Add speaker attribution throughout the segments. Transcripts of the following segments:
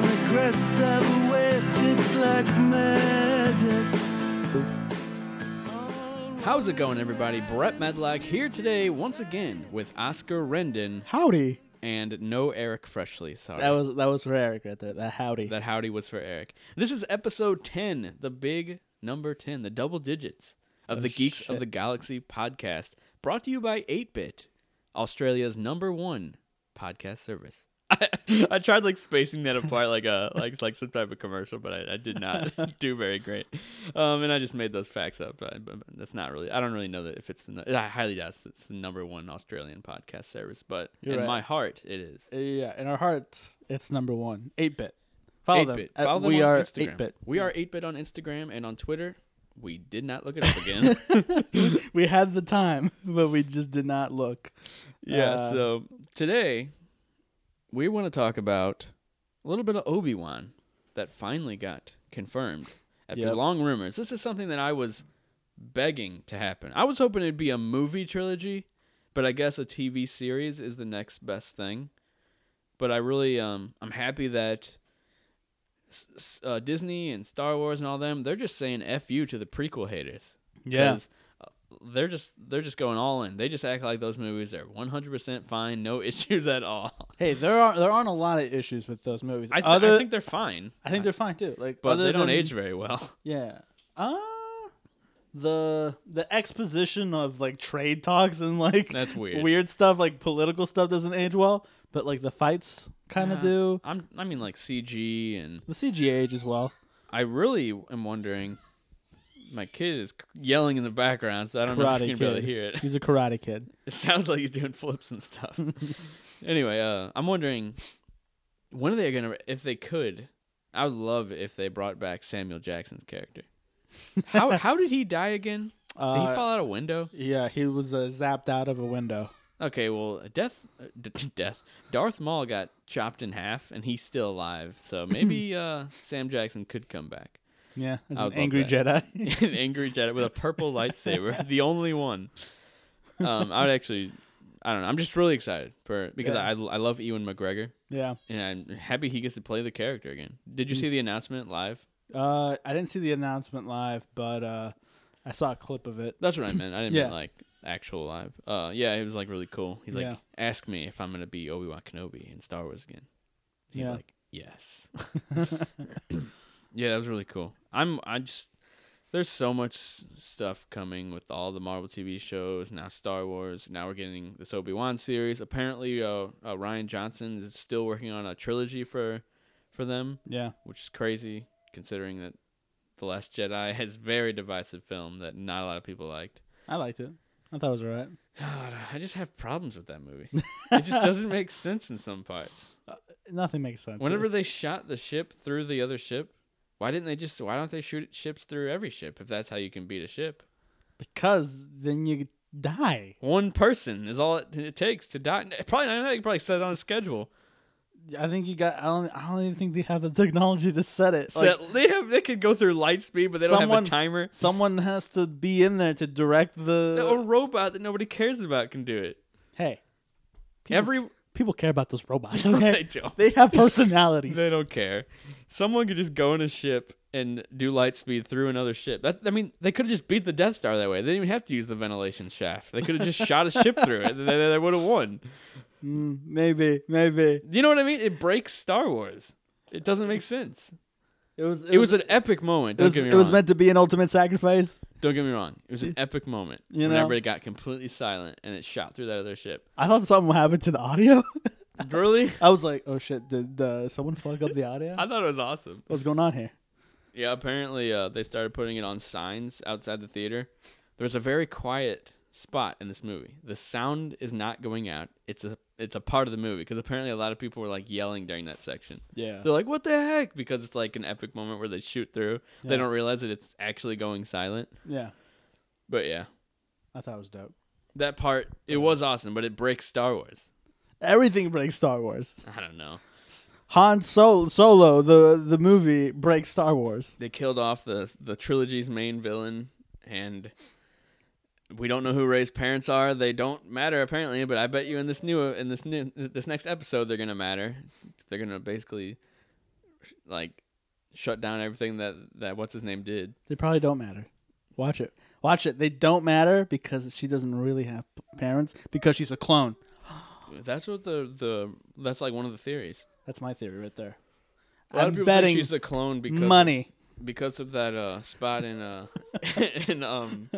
Speaker 1: twist of a whip, it's like magic.
Speaker 2: How's it going, everybody? Brett Medlock here today once again with Oscar Rendon
Speaker 3: Howdy.
Speaker 2: and no Eric Freshly. Sorry.
Speaker 3: That was that was for Eric right there. That howdy.
Speaker 2: that howdy was for Eric. This is episode 10, the big number 10, the double digits of the Geeks of
Speaker 3: Oh, shit.
Speaker 2: the Galaxy podcast, brought to you by 8-Bit, Australia's number one podcast service. I, I tried like spacing that apart like a like like some type of commercial, but I, I did not do very great. Um, and I just made those facts up. I, but that's not really. I don't really know that if it's the. nu- I highly doubt it's the number one Australian podcast service, but
Speaker 3: You're
Speaker 2: in
Speaker 3: right.
Speaker 2: my heart, it is.
Speaker 3: Uh, yeah, in our hearts, it's number one. Eight bit. Follow them.
Speaker 2: 8-bit.
Speaker 3: at
Speaker 2: Follow them
Speaker 3: we
Speaker 2: on
Speaker 3: are
Speaker 2: Instagram.
Speaker 3: eight bit.
Speaker 2: We are 8-bit on Instagram and on Twitter. We did not look it up again.
Speaker 3: We had the time, but we just did not look.
Speaker 2: yeah,
Speaker 3: Uh,
Speaker 2: so today we want to talk about a little bit of Obi-Wan that finally got confirmed after
Speaker 3: Yep.
Speaker 2: long rumors. This is something that I was begging to happen. I was hoping it'd be a movie trilogy, but I guess a TV series is the next best thing. But I really um I'm happy that s- s- uh, Disney and Star Wars and all them, they're just saying F you to the prequel haters. 'Cause, uh, they're just they're just going all in. They just act like those movies are 100% fine, no issues at all.
Speaker 3: Hey, there are there aren't a lot of issues with those movies.
Speaker 2: I, th-
Speaker 3: other,
Speaker 2: I think they're fine,
Speaker 3: they're fine too. Like,
Speaker 2: but
Speaker 3: other
Speaker 2: they don't
Speaker 3: than-
Speaker 2: age very well.
Speaker 3: Yeah. Uh the the exposition of like trade talks and like
Speaker 2: That's weird.
Speaker 3: weird stuff like political stuff doesn't age well, but like the fights kind of
Speaker 2: Yeah.
Speaker 3: do.
Speaker 2: I'm I mean like CG and
Speaker 3: The CG age as well.
Speaker 2: I really am wondering my kid is yelling in the background, so I don't know if
Speaker 3: Karate
Speaker 2: you're going to be able to hear it.
Speaker 3: He's a karate kid.
Speaker 2: It sounds like he's doing flips and stuff. anyway, uh, I'm wondering when are they gonna if they could. I would love if they brought back Samuel Jackson's character. How how did he die again? Did he
Speaker 3: Uh,
Speaker 2: fall out a window?
Speaker 3: Yeah, he was uh, zapped out of a window.
Speaker 2: Okay, well, death, uh, d- death. Darth Maul got chopped in half, and he's still alive. So maybe uh, Sam Jackson could come back.
Speaker 3: Yeah, as an
Speaker 2: I would love
Speaker 3: angry Jedi.
Speaker 2: an angry Jedi with a purple lightsaber, the only one. Um, I would actually, I don't know. I'm just really excited for because
Speaker 3: Yeah.
Speaker 2: I I love Ewan McGregor.
Speaker 3: yeah.
Speaker 2: and I'm happy he gets to play the character again. Did
Speaker 3: Mm.
Speaker 2: you see the announcement live?
Speaker 3: Uh, I didn't see the announcement live, but uh, I saw a clip of it.
Speaker 2: That's what I meant. I didn't
Speaker 3: Yeah.
Speaker 2: mean like actual live. Uh, yeah, it was like really cool. He's like,
Speaker 3: Yeah.
Speaker 2: ask me if I'm gonna be Obi Wan Kenobi in Star Wars again. He's
Speaker 3: Yeah.
Speaker 2: like, yes. yeah, that was really cool. I'm. I just. There's so much s- stuff coming with all the Marvel TV shows now. Star Wars. Now we're getting this Obi Wan series. Apparently, uh, uh, Ryan Johnson is still working on a trilogy for, for them.
Speaker 3: Yeah,
Speaker 2: which is crazy considering that The Last Jedi has very divisive film that not a lot of people liked.
Speaker 3: I liked it. I thought it was alright.
Speaker 2: God, I just have problems with that movie. it just doesn't make sense in some parts.
Speaker 3: Nothing makes sense.
Speaker 2: Whenever they shot the ship through the other ship, why didn't they just why don't they shoot ships through every ship if that's how you can beat a ship?
Speaker 3: because then you die.
Speaker 2: One person is all it, it takes to die. Probably I know they could probably set it on a schedule.
Speaker 3: I think you got. I don't. I don't even think they have the technology to set it. Like,
Speaker 2: Set- they have they could go through light speed, but they don't have
Speaker 3: Someone-
Speaker 2: a timer.
Speaker 3: someone has to be in there to direct
Speaker 2: A
Speaker 3: the.
Speaker 2: robot that nobody cares about can do it.
Speaker 3: Hey, people,
Speaker 2: Every
Speaker 3: people care about those robots.
Speaker 2: they
Speaker 3: Okay,
Speaker 2: don't.
Speaker 3: they have personalities.
Speaker 2: They don't care. Someone could just go in a ship and do light speed through another ship. That I mean, they could have just beat the Death Star that way. They didn't even have to use the ventilation shaft. They could have just shot a ship through it. They, they would have won.
Speaker 3: Mm, Maybe, maybe
Speaker 2: You know what I mean? It breaks Star Wars. It doesn't make sense.
Speaker 3: it was.
Speaker 2: It was an epic moment.
Speaker 3: It
Speaker 2: Don't
Speaker 3: was,
Speaker 2: get me
Speaker 3: it was
Speaker 2: wrong.
Speaker 3: meant to be an ultimate sacrifice.
Speaker 2: Don't get me wrong. It was an epic moment.
Speaker 3: You
Speaker 2: when
Speaker 3: know?
Speaker 2: everybody got completely silent and it shot through that other ship.
Speaker 3: I thought something happened to the audio.
Speaker 2: Really?
Speaker 3: I was like, "Oh shit! Did uh, someone fuck up the audio?
Speaker 2: I thought it was awesome.
Speaker 3: What's going on here?"
Speaker 2: Yeah, apparently uh, they started putting it on signs outside the theater. There's a very quiet spot in this movie. The sound is not going out. It's a it's a part of the movie because apparently a lot of people were like yelling during that section.
Speaker 3: Yeah,
Speaker 2: They're like, "What the heck?" Because it's like an epic moment where they shoot through. They
Speaker 3: Yeah.
Speaker 2: don't realize that it's actually going silent.
Speaker 3: yeah.
Speaker 2: But yeah,
Speaker 3: I thought it was dope.
Speaker 2: that part it was awesome, but it breaks Star Wars.
Speaker 3: Everything breaks Star Wars.
Speaker 2: I don't know.
Speaker 3: Han Sol- Solo, the the movie, breaks Star Wars.
Speaker 2: They killed off the the trilogy's main villain, and we don't know who Ray's parents are. They don't matter apparently, but I bet you in this new in this new this next episode they're gonna matter. They're gonna basically like shut down everything that that what's his name did.
Speaker 3: They probably don't matter. Watch it. Watch it. They don't matter because she doesn't really have p- parents because she's a clone.
Speaker 2: That's what the the that's like one of the theories.
Speaker 3: That's my theory right there.
Speaker 2: A lot
Speaker 3: I'm
Speaker 2: of people
Speaker 3: betting
Speaker 2: think she's a clone because
Speaker 3: money.
Speaker 2: because of that uh spot in uh in um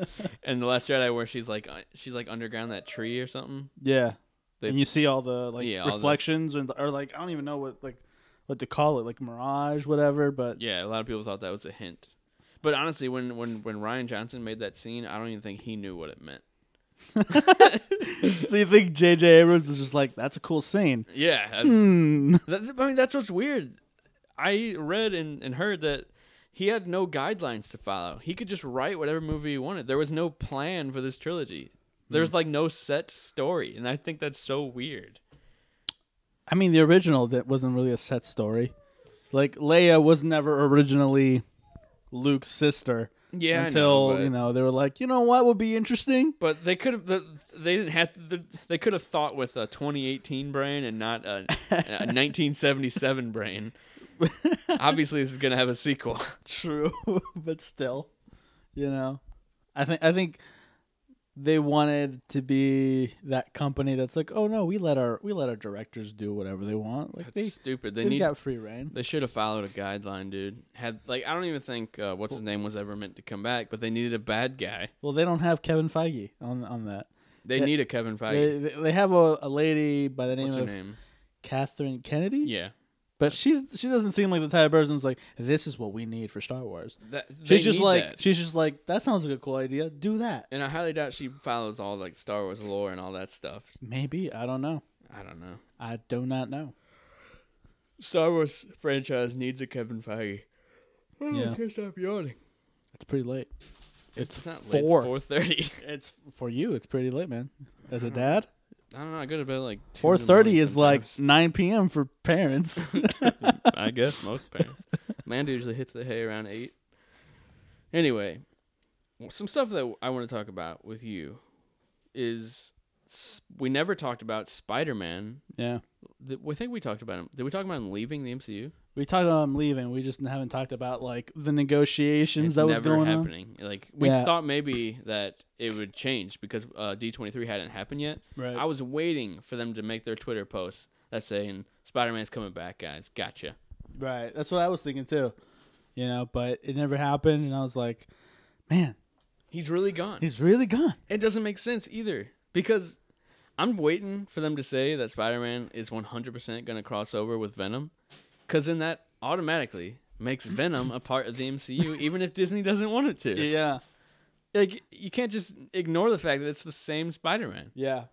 Speaker 2: in the Last Jedi where she's like uh, she's like underground that tree or something.
Speaker 3: Yeah.
Speaker 2: They-
Speaker 3: and you see all the like
Speaker 2: Yeah, all the-
Speaker 3: reflections and or like I don't even know what like what to call it like mirage whatever but
Speaker 2: Yeah, a lot of people thought that was a hint. But honestly, when when when Ryan Johnson made that scene, I don't even think he knew what it meant.
Speaker 3: so you think JJ Abrams is just like that's a cool scene.
Speaker 2: Yeah, that's-
Speaker 3: Hmm.
Speaker 2: That, I mean, that's what's weird. I read and, and heard that he had no guidelines to follow. He could just write whatever movie he wanted. There was no plan for this trilogy. There
Speaker 3: Hmm.
Speaker 2: was like no set story, and I think that's so weird.
Speaker 3: I mean the original that wasn't really a set story. Like Leia was never originally Luke's sister
Speaker 2: Yeah,
Speaker 3: until you know they were like, "You know what would be interesting?"
Speaker 2: But they could have. They didn't have. To, they could have thought with a 2018 brain and not a, a 1977 brain. Obviously, this is gonna have a sequel.
Speaker 3: True, but still, you know, I think I think they wanted to be that company that's like, oh no, we let our we let our directors do whatever they want. Like
Speaker 2: That's
Speaker 3: they
Speaker 2: stupid.
Speaker 3: they
Speaker 2: They need.
Speaker 3: got free reign.
Speaker 2: They should have followed a guideline, dude. Had like I don't even think uh, what's his name was ever meant to come back, but they needed a bad guy.
Speaker 3: Well, they don't have Kevin Feige on on that.
Speaker 2: They
Speaker 3: Yeah.
Speaker 2: need a Kevin Feige.
Speaker 3: They they they have a, a lady by the name
Speaker 2: what's her
Speaker 3: of
Speaker 2: name?
Speaker 3: Catherine Kennedy.
Speaker 2: Yeah,
Speaker 3: but she's she doesn't seem like the type of person who's like, this is what we need for Star Wars.
Speaker 2: that, they
Speaker 3: She's just
Speaker 2: need
Speaker 3: like
Speaker 2: that.
Speaker 3: she's just like that sounds like a cool idea. Do that.
Speaker 2: and I highly doubt she follows all like Star Wars lore and all that stuff.
Speaker 3: Maybe I don't know.
Speaker 2: I don't know.
Speaker 3: I do not know.
Speaker 2: Star Wars franchise needs a Kevin Feige. Oh,
Speaker 3: Yeah.
Speaker 2: I can't stop yawning.
Speaker 3: It's pretty late. It's,
Speaker 2: It's not
Speaker 3: four.
Speaker 2: Four thirty.
Speaker 3: It's for you. It's pretty late, man. As a dad,
Speaker 2: I don't know. I go to bed like two in the
Speaker 3: four thirty
Speaker 2: morning
Speaker 3: is like
Speaker 2: sometimes.
Speaker 3: nine p.m. for parents.
Speaker 2: I guess most parents. Amanda usually hits the hay around eight. Anyway, some stuff that I want to talk about with you is s- we never talked about Spider Man.
Speaker 3: yeah,
Speaker 2: We think we talked about him. Did we talk about him leaving the MCU?
Speaker 3: we talked about him leaving. We just haven't talked about like the negotiations
Speaker 2: It's
Speaker 3: that was
Speaker 2: never
Speaker 3: going
Speaker 2: happening. Like we
Speaker 3: Yeah.
Speaker 2: thought maybe that it would change because uh, D twenty three hadn't happened yet.
Speaker 3: on. Right.
Speaker 2: I was waiting for them to make their Twitter posts that saying Spider Man's coming back, guys. Gotcha.
Speaker 3: right. That's what I was thinking too. You know, but it never happened, and I was like, man,
Speaker 2: He's really gone.
Speaker 3: he's really gone.
Speaker 2: it doesn't make sense either because I'm waiting for them to say that Spider-Man is 100% going to cross over with Venom cuz then that automatically makes Venom a part of the MCU even if Disney doesn't want it to.
Speaker 3: Yeah.
Speaker 2: Like you can't just ignore the fact that it's the same Spider-Man.
Speaker 3: Yeah.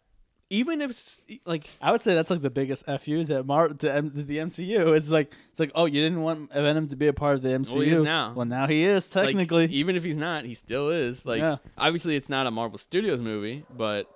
Speaker 2: Even if s- like
Speaker 3: I would say that's like the biggest fu that Mar to, M- to the MCU. It's like it's like oh you didn't want Venom to be a part of the MCU.
Speaker 2: he is now.
Speaker 3: Well, now he is
Speaker 2: like,
Speaker 3: technically.
Speaker 2: even if he's not, he still is. Like
Speaker 3: Yeah.
Speaker 2: obviously it's not a Marvel Studios movie, but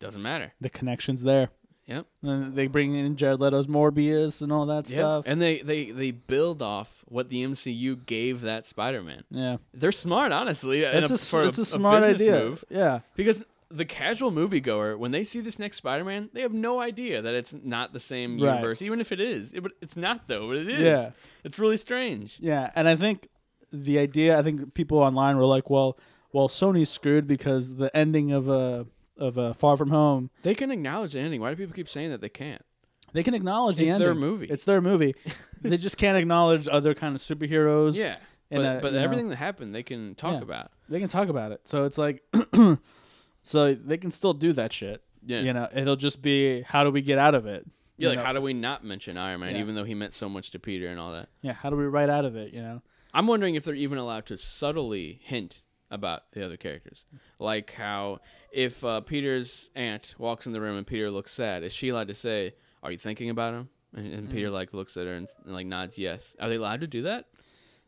Speaker 2: doesn't matter.
Speaker 3: the connections there.
Speaker 2: Yep.
Speaker 3: And they bring in Jared Leto's Morbius and all that stuff.
Speaker 2: And they they they build off what the MCU gave that Spider-Man.
Speaker 3: yeah,
Speaker 2: They're smart, honestly. in
Speaker 3: it's a,
Speaker 2: for
Speaker 3: s- it's a, smart
Speaker 2: business
Speaker 3: idea.
Speaker 2: move.
Speaker 3: Yeah,
Speaker 2: because the casual moviegoer, when they see this next Spider-Man, they have no idea that it's not the same
Speaker 3: Right.
Speaker 2: universe, even if it is. It, but it's not though. But it is.
Speaker 3: Yeah.
Speaker 2: It's really strange.
Speaker 3: yeah. And I think the idea. I think people online were like, "Well, well, Sony's screwed because the ending of a of a Far From Home.
Speaker 2: They can acknowledge the ending. Why do people keep saying that they can't?
Speaker 3: They can acknowledge the
Speaker 2: It's
Speaker 3: ending.
Speaker 2: their movie.
Speaker 3: It's their movie. they just can't acknowledge other kind of superheroes.
Speaker 2: Yeah.
Speaker 3: and,
Speaker 2: but
Speaker 3: uh,
Speaker 2: but
Speaker 3: you know-
Speaker 2: everything that happened, they can talk
Speaker 3: Yeah.
Speaker 2: about.
Speaker 3: they can talk about it. So it's like, so they can still do that shit.
Speaker 2: Yeah.
Speaker 3: You know, it'll just be how do we get out of it?
Speaker 2: Yeah,
Speaker 3: you
Speaker 2: like
Speaker 3: know?
Speaker 2: how do we not mention Iron Man,
Speaker 3: Yeah.
Speaker 2: even though he meant so much to Peter and all that?
Speaker 3: yeah, how do we write out of it? You know,
Speaker 2: I'm wondering if they're even allowed to subtly hint about the other characters. Like how if uh, Peter's aunt walks in the room and Peter looks sad, is she allowed to say, "Are you thinking about him?" And, and Peter like looks at her and, s- and like nods yes. Are they allowed to do that?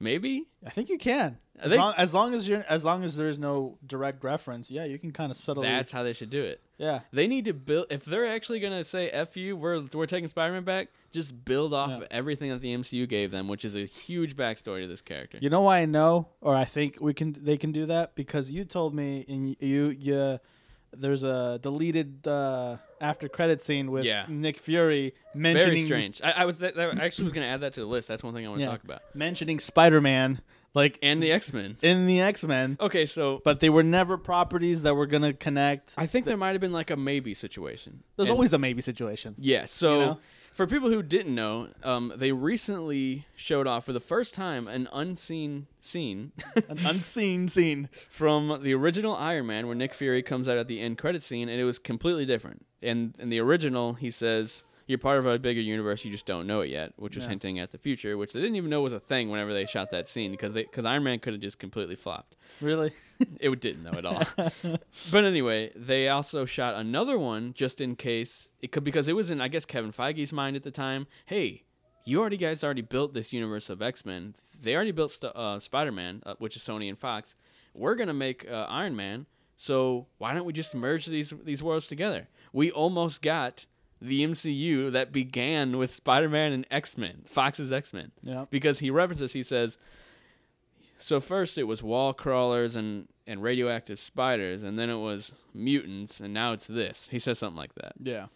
Speaker 2: Maybe.
Speaker 3: I think you can. As,
Speaker 2: think-
Speaker 3: long, as long as you're, as long as there is no direct reference, yeah, you can kind of settle.
Speaker 2: That's how they should do it.
Speaker 3: yeah,
Speaker 2: They need to build if they're actually going to say "F you, we're we're taking Spider-Man back." Just build off of everything that the MCU gave them, which is a huge backstory to this character.
Speaker 3: you know why I know, or I think we can, they can do that because you told me, and you, you, there's a deleted uh, after credit scene with
Speaker 2: Yeah.
Speaker 3: Nick Fury mentioning
Speaker 2: Very strange. I, I was that, that- I actually was going to add that to the list. That's one thing I want to
Speaker 3: Yeah.
Speaker 2: talk about.
Speaker 3: mentioning Spider-Man like
Speaker 2: And the X Men.
Speaker 3: in the X-Men,
Speaker 2: Okay, so
Speaker 3: but they were never properties that were going to connect.
Speaker 2: I think there might have been like a maybe situation.
Speaker 3: There's
Speaker 2: And-
Speaker 3: always a maybe situation.
Speaker 2: Yeah. So
Speaker 3: know?
Speaker 2: for people who didn't know, um, they recently showed off for the first time an unseen scene
Speaker 3: An unseen scene.
Speaker 2: from the original Iron Man, where Nick Fury comes out at the end credit scene, and it was completely different. And in the original, he says, "You're part of a bigger universe. You just don't know it yet," which was hinting at the future, which they didn't even know was a thing whenever they shot that scene because they because Iron Man could have just completely flopped.
Speaker 3: Really?
Speaker 2: It didn't though at all. but anyway, they also shot another one just in case it could because it was in I guess Kevin Feige's mind at the time. Hey, you already guys already built this universe of X Men. They already built st- uh, Spider Man, uh, which is Sony and Fox. We're gonna make uh, Iron Man. So why don't we just merge these these worlds together? We almost got the MCU that began with Spider Man and X Men, Fox's X Men.
Speaker 3: Yeah.
Speaker 2: Because he references, he says, so first it was wall crawlers and and radioactive spiders and then it was mutants and now it's this he says something like that
Speaker 3: Yeah.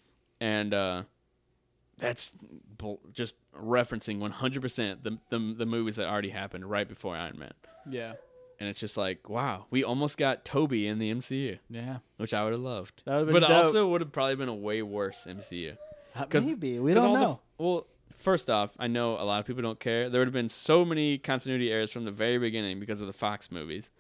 Speaker 2: and uh that's bl- just referencing 100% the, the the movies that already happened right before Iron Man
Speaker 3: Yeah.
Speaker 2: and it's just like wow we almost got Toby in the MCU
Speaker 3: Yeah.
Speaker 2: which I would have loved
Speaker 3: That would've been
Speaker 2: but
Speaker 3: dope.
Speaker 2: also would have probably been a way worse MCU
Speaker 3: Uh,
Speaker 2: 'Cause-
Speaker 3: Maybe. We
Speaker 2: 'cause
Speaker 3: don't
Speaker 2: all the-
Speaker 3: know.
Speaker 2: well, first off, I know a lot of people don't care. There would have been so many continuity errors from the very beginning because of the Fox movies.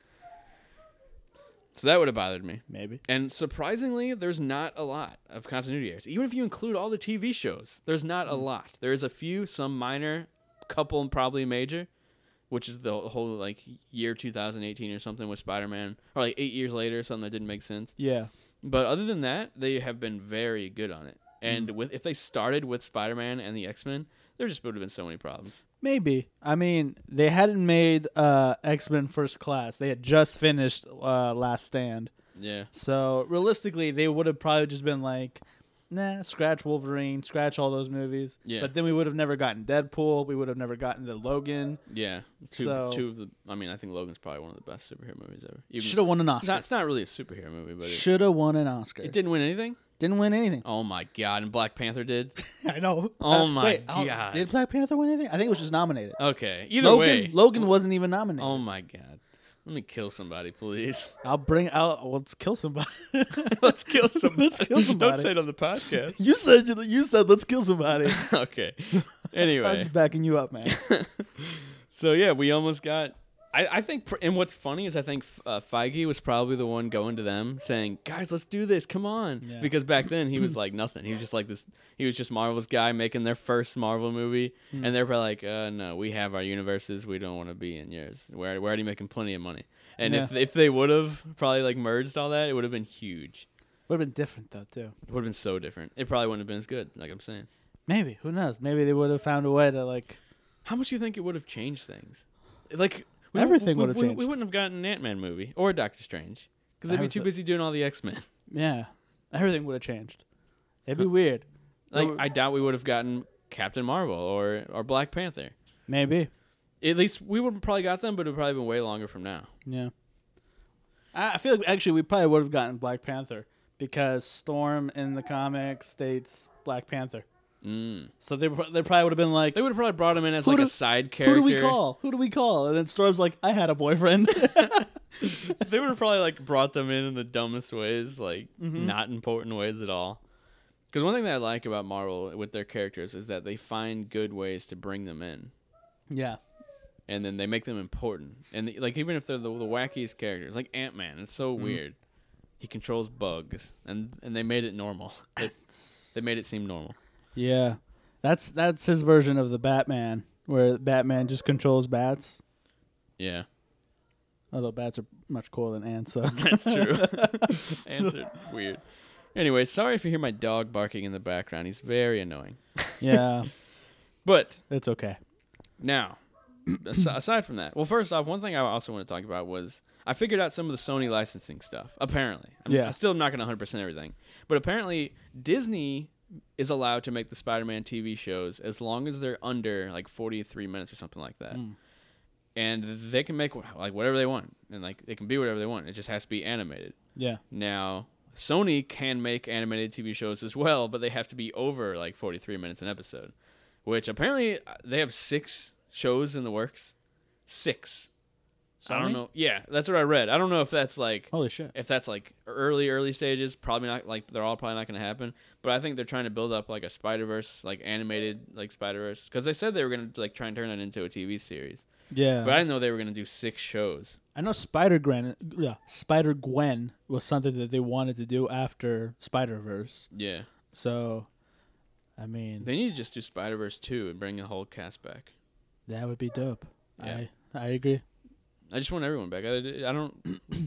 Speaker 2: So that would have bothered me.
Speaker 3: Maybe.
Speaker 2: And surprisingly, there's not a lot of continuity errors. Even if you include all the TV shows, there's not a
Speaker 3: Mm.
Speaker 2: lot. There is a few, some minor, couple and probably major, which is the whole like year 2018 or something with Spider-Man or like 8 years later or something that didn't make sense.
Speaker 3: Yeah.
Speaker 2: But other than that, they have been very good on it. And with if they started with Spider Man and the X Men, there just would have been so many problems.
Speaker 3: Maybe. I mean, they hadn't made uh, X Men First Class. They had just finished uh, Last Stand.
Speaker 2: Yeah.
Speaker 3: So realistically, they would have probably just been like, nah, scratch Wolverine, scratch all those movies.
Speaker 2: Yeah.
Speaker 3: But then we would have never gotten Deadpool. We would have never gotten the Logan.
Speaker 2: Yeah. Two,
Speaker 3: So-
Speaker 2: two of the I mean, I think Logan's probably one of the best superhero movies ever. Even-
Speaker 3: Should have won an
Speaker 2: it's not,
Speaker 3: Oscar.
Speaker 2: it's not really a superhero movie, but it,
Speaker 3: Should have won an Oscar.
Speaker 2: it didn't win anything.
Speaker 3: Didn't win anything.
Speaker 2: Oh my god, and Black Panther did.
Speaker 3: I know.
Speaker 2: Oh my
Speaker 3: wait, oh,
Speaker 2: God.
Speaker 3: Did Black Panther win anything? I think it was just nominated.
Speaker 2: Okay. Either
Speaker 3: Logan
Speaker 2: way.
Speaker 3: Logan wasn't even nominated.
Speaker 2: oh my god. Let me kill somebody, please.
Speaker 3: I'll bring out. Well, let's kill somebody.
Speaker 2: Let's kill somebody.
Speaker 3: Let's kill somebody.
Speaker 2: Don't say it on the podcast.
Speaker 3: you said you, you said let's kill somebody.
Speaker 2: okay. Anyway.
Speaker 3: I'm just backing you up, man.
Speaker 2: So yeah, we almost got. I, I think, pr- and what's funny is I think uh, Feige was probably the one going to them saying, "Guys, let's do this. Come on!"
Speaker 3: Yeah.
Speaker 2: Because back then he was like nothing. He was just like this. He was just Marvel's guy making their first Marvel movie, and they're probably like, uh, "No, we have our universes. We don't want to be in yours. We're we're already making plenty of money." And if if they would have probably like merged all that, it would have been huge.
Speaker 3: Would have been different though, too.
Speaker 2: It would have been so different. It probably wouldn't have been as good. Like I'm saying,
Speaker 3: Maybe who knows? Maybe they would have found a way to like.
Speaker 2: How much do you think it would have changed things? Like we-
Speaker 3: Everything
Speaker 2: we-
Speaker 3: would have
Speaker 2: we-
Speaker 3: changed.
Speaker 2: We wouldn't have gotten an Ant Man movie or a Doctor Strange because they'd be too
Speaker 3: Everything.
Speaker 2: busy doing all the X Men.
Speaker 3: Yeah, everything would have changed. It'd be weird.
Speaker 2: Like
Speaker 3: Well-
Speaker 2: I doubt we would have gotten Captain Marvel or or Black Panther.
Speaker 3: Maybe.
Speaker 2: At least we would have probably got them, but it would probably been way longer from now.
Speaker 3: Yeah. I, I feel like actually we probably would have gotten Black Panther because Storm in the comic states Black Panther.
Speaker 2: Mm.
Speaker 3: So they pro- they probably would have been like,
Speaker 2: They would have probably brought him in as
Speaker 3: Who
Speaker 2: like a
Speaker 3: do-
Speaker 2: side character.
Speaker 3: who do we call? Who do we call? And then Storm's like, I had a boyfriend.
Speaker 2: they would have probably like brought them in in the dumbest ways, like
Speaker 3: Mm-hmm.
Speaker 2: not important ways at all. Because one thing that I like about Marvel with their characters is that they find good ways to bring them in.
Speaker 3: yeah.
Speaker 2: and then they make them important. And like even if they're the, the wackiest characters, like Ant Man, it's so weird. He controls bugs, and and they made it normal. They, they made it seem normal.
Speaker 3: Yeah. That's that's his version of the Batman where Batman just controls bats.
Speaker 2: Yeah,
Speaker 3: Although bats are much cooler than ants, so
Speaker 2: that's true. Answered weird. Anyway, sorry if you hear my dog barking in the background. He's very annoying.
Speaker 3: yeah,
Speaker 2: But
Speaker 3: it's okay.
Speaker 2: Now, as- aside from that, well, first off, one thing I also want to talk about was I figured out some of the Sony licensing stuff. Apparently, I'm,
Speaker 3: Yeah.
Speaker 2: I still am not going to 100 percent everything, but apparently Disney is allowed to make the Spider-Man TV shows as long as they're under like 43 minutes or something like that. And they can make wh- like whatever they want, and like they can be whatever they want. It just has to be animated.
Speaker 3: Yeah.
Speaker 2: Now, Sony can make animated TV shows as well, but they have to be over like 43 minutes an episode, which apparently uh, they have six shows in the works. Six. I
Speaker 3: Sony?
Speaker 2: don't know. Yeah, that's what I read. I don't know if that's like
Speaker 3: Holy shit.
Speaker 2: if that's like early early stages probably not like they're all probably not going to happen but i think they're trying to build up like a spider-verse like animated like spider-verse because they said they were going to like try and turn that into a tv series
Speaker 3: Yeah.
Speaker 2: but i didn't know they were going to do six shows
Speaker 3: I know Spider Gwen. Yeah, Spider Gwen was something that they wanted to do after Spider Verse.
Speaker 2: yeah
Speaker 3: So, I mean,
Speaker 2: they need to just do spider-verse 2 and bring the whole cast back
Speaker 3: that would be dope.
Speaker 2: Yeah.
Speaker 3: I I agree.
Speaker 2: i just want everyone back i, I don't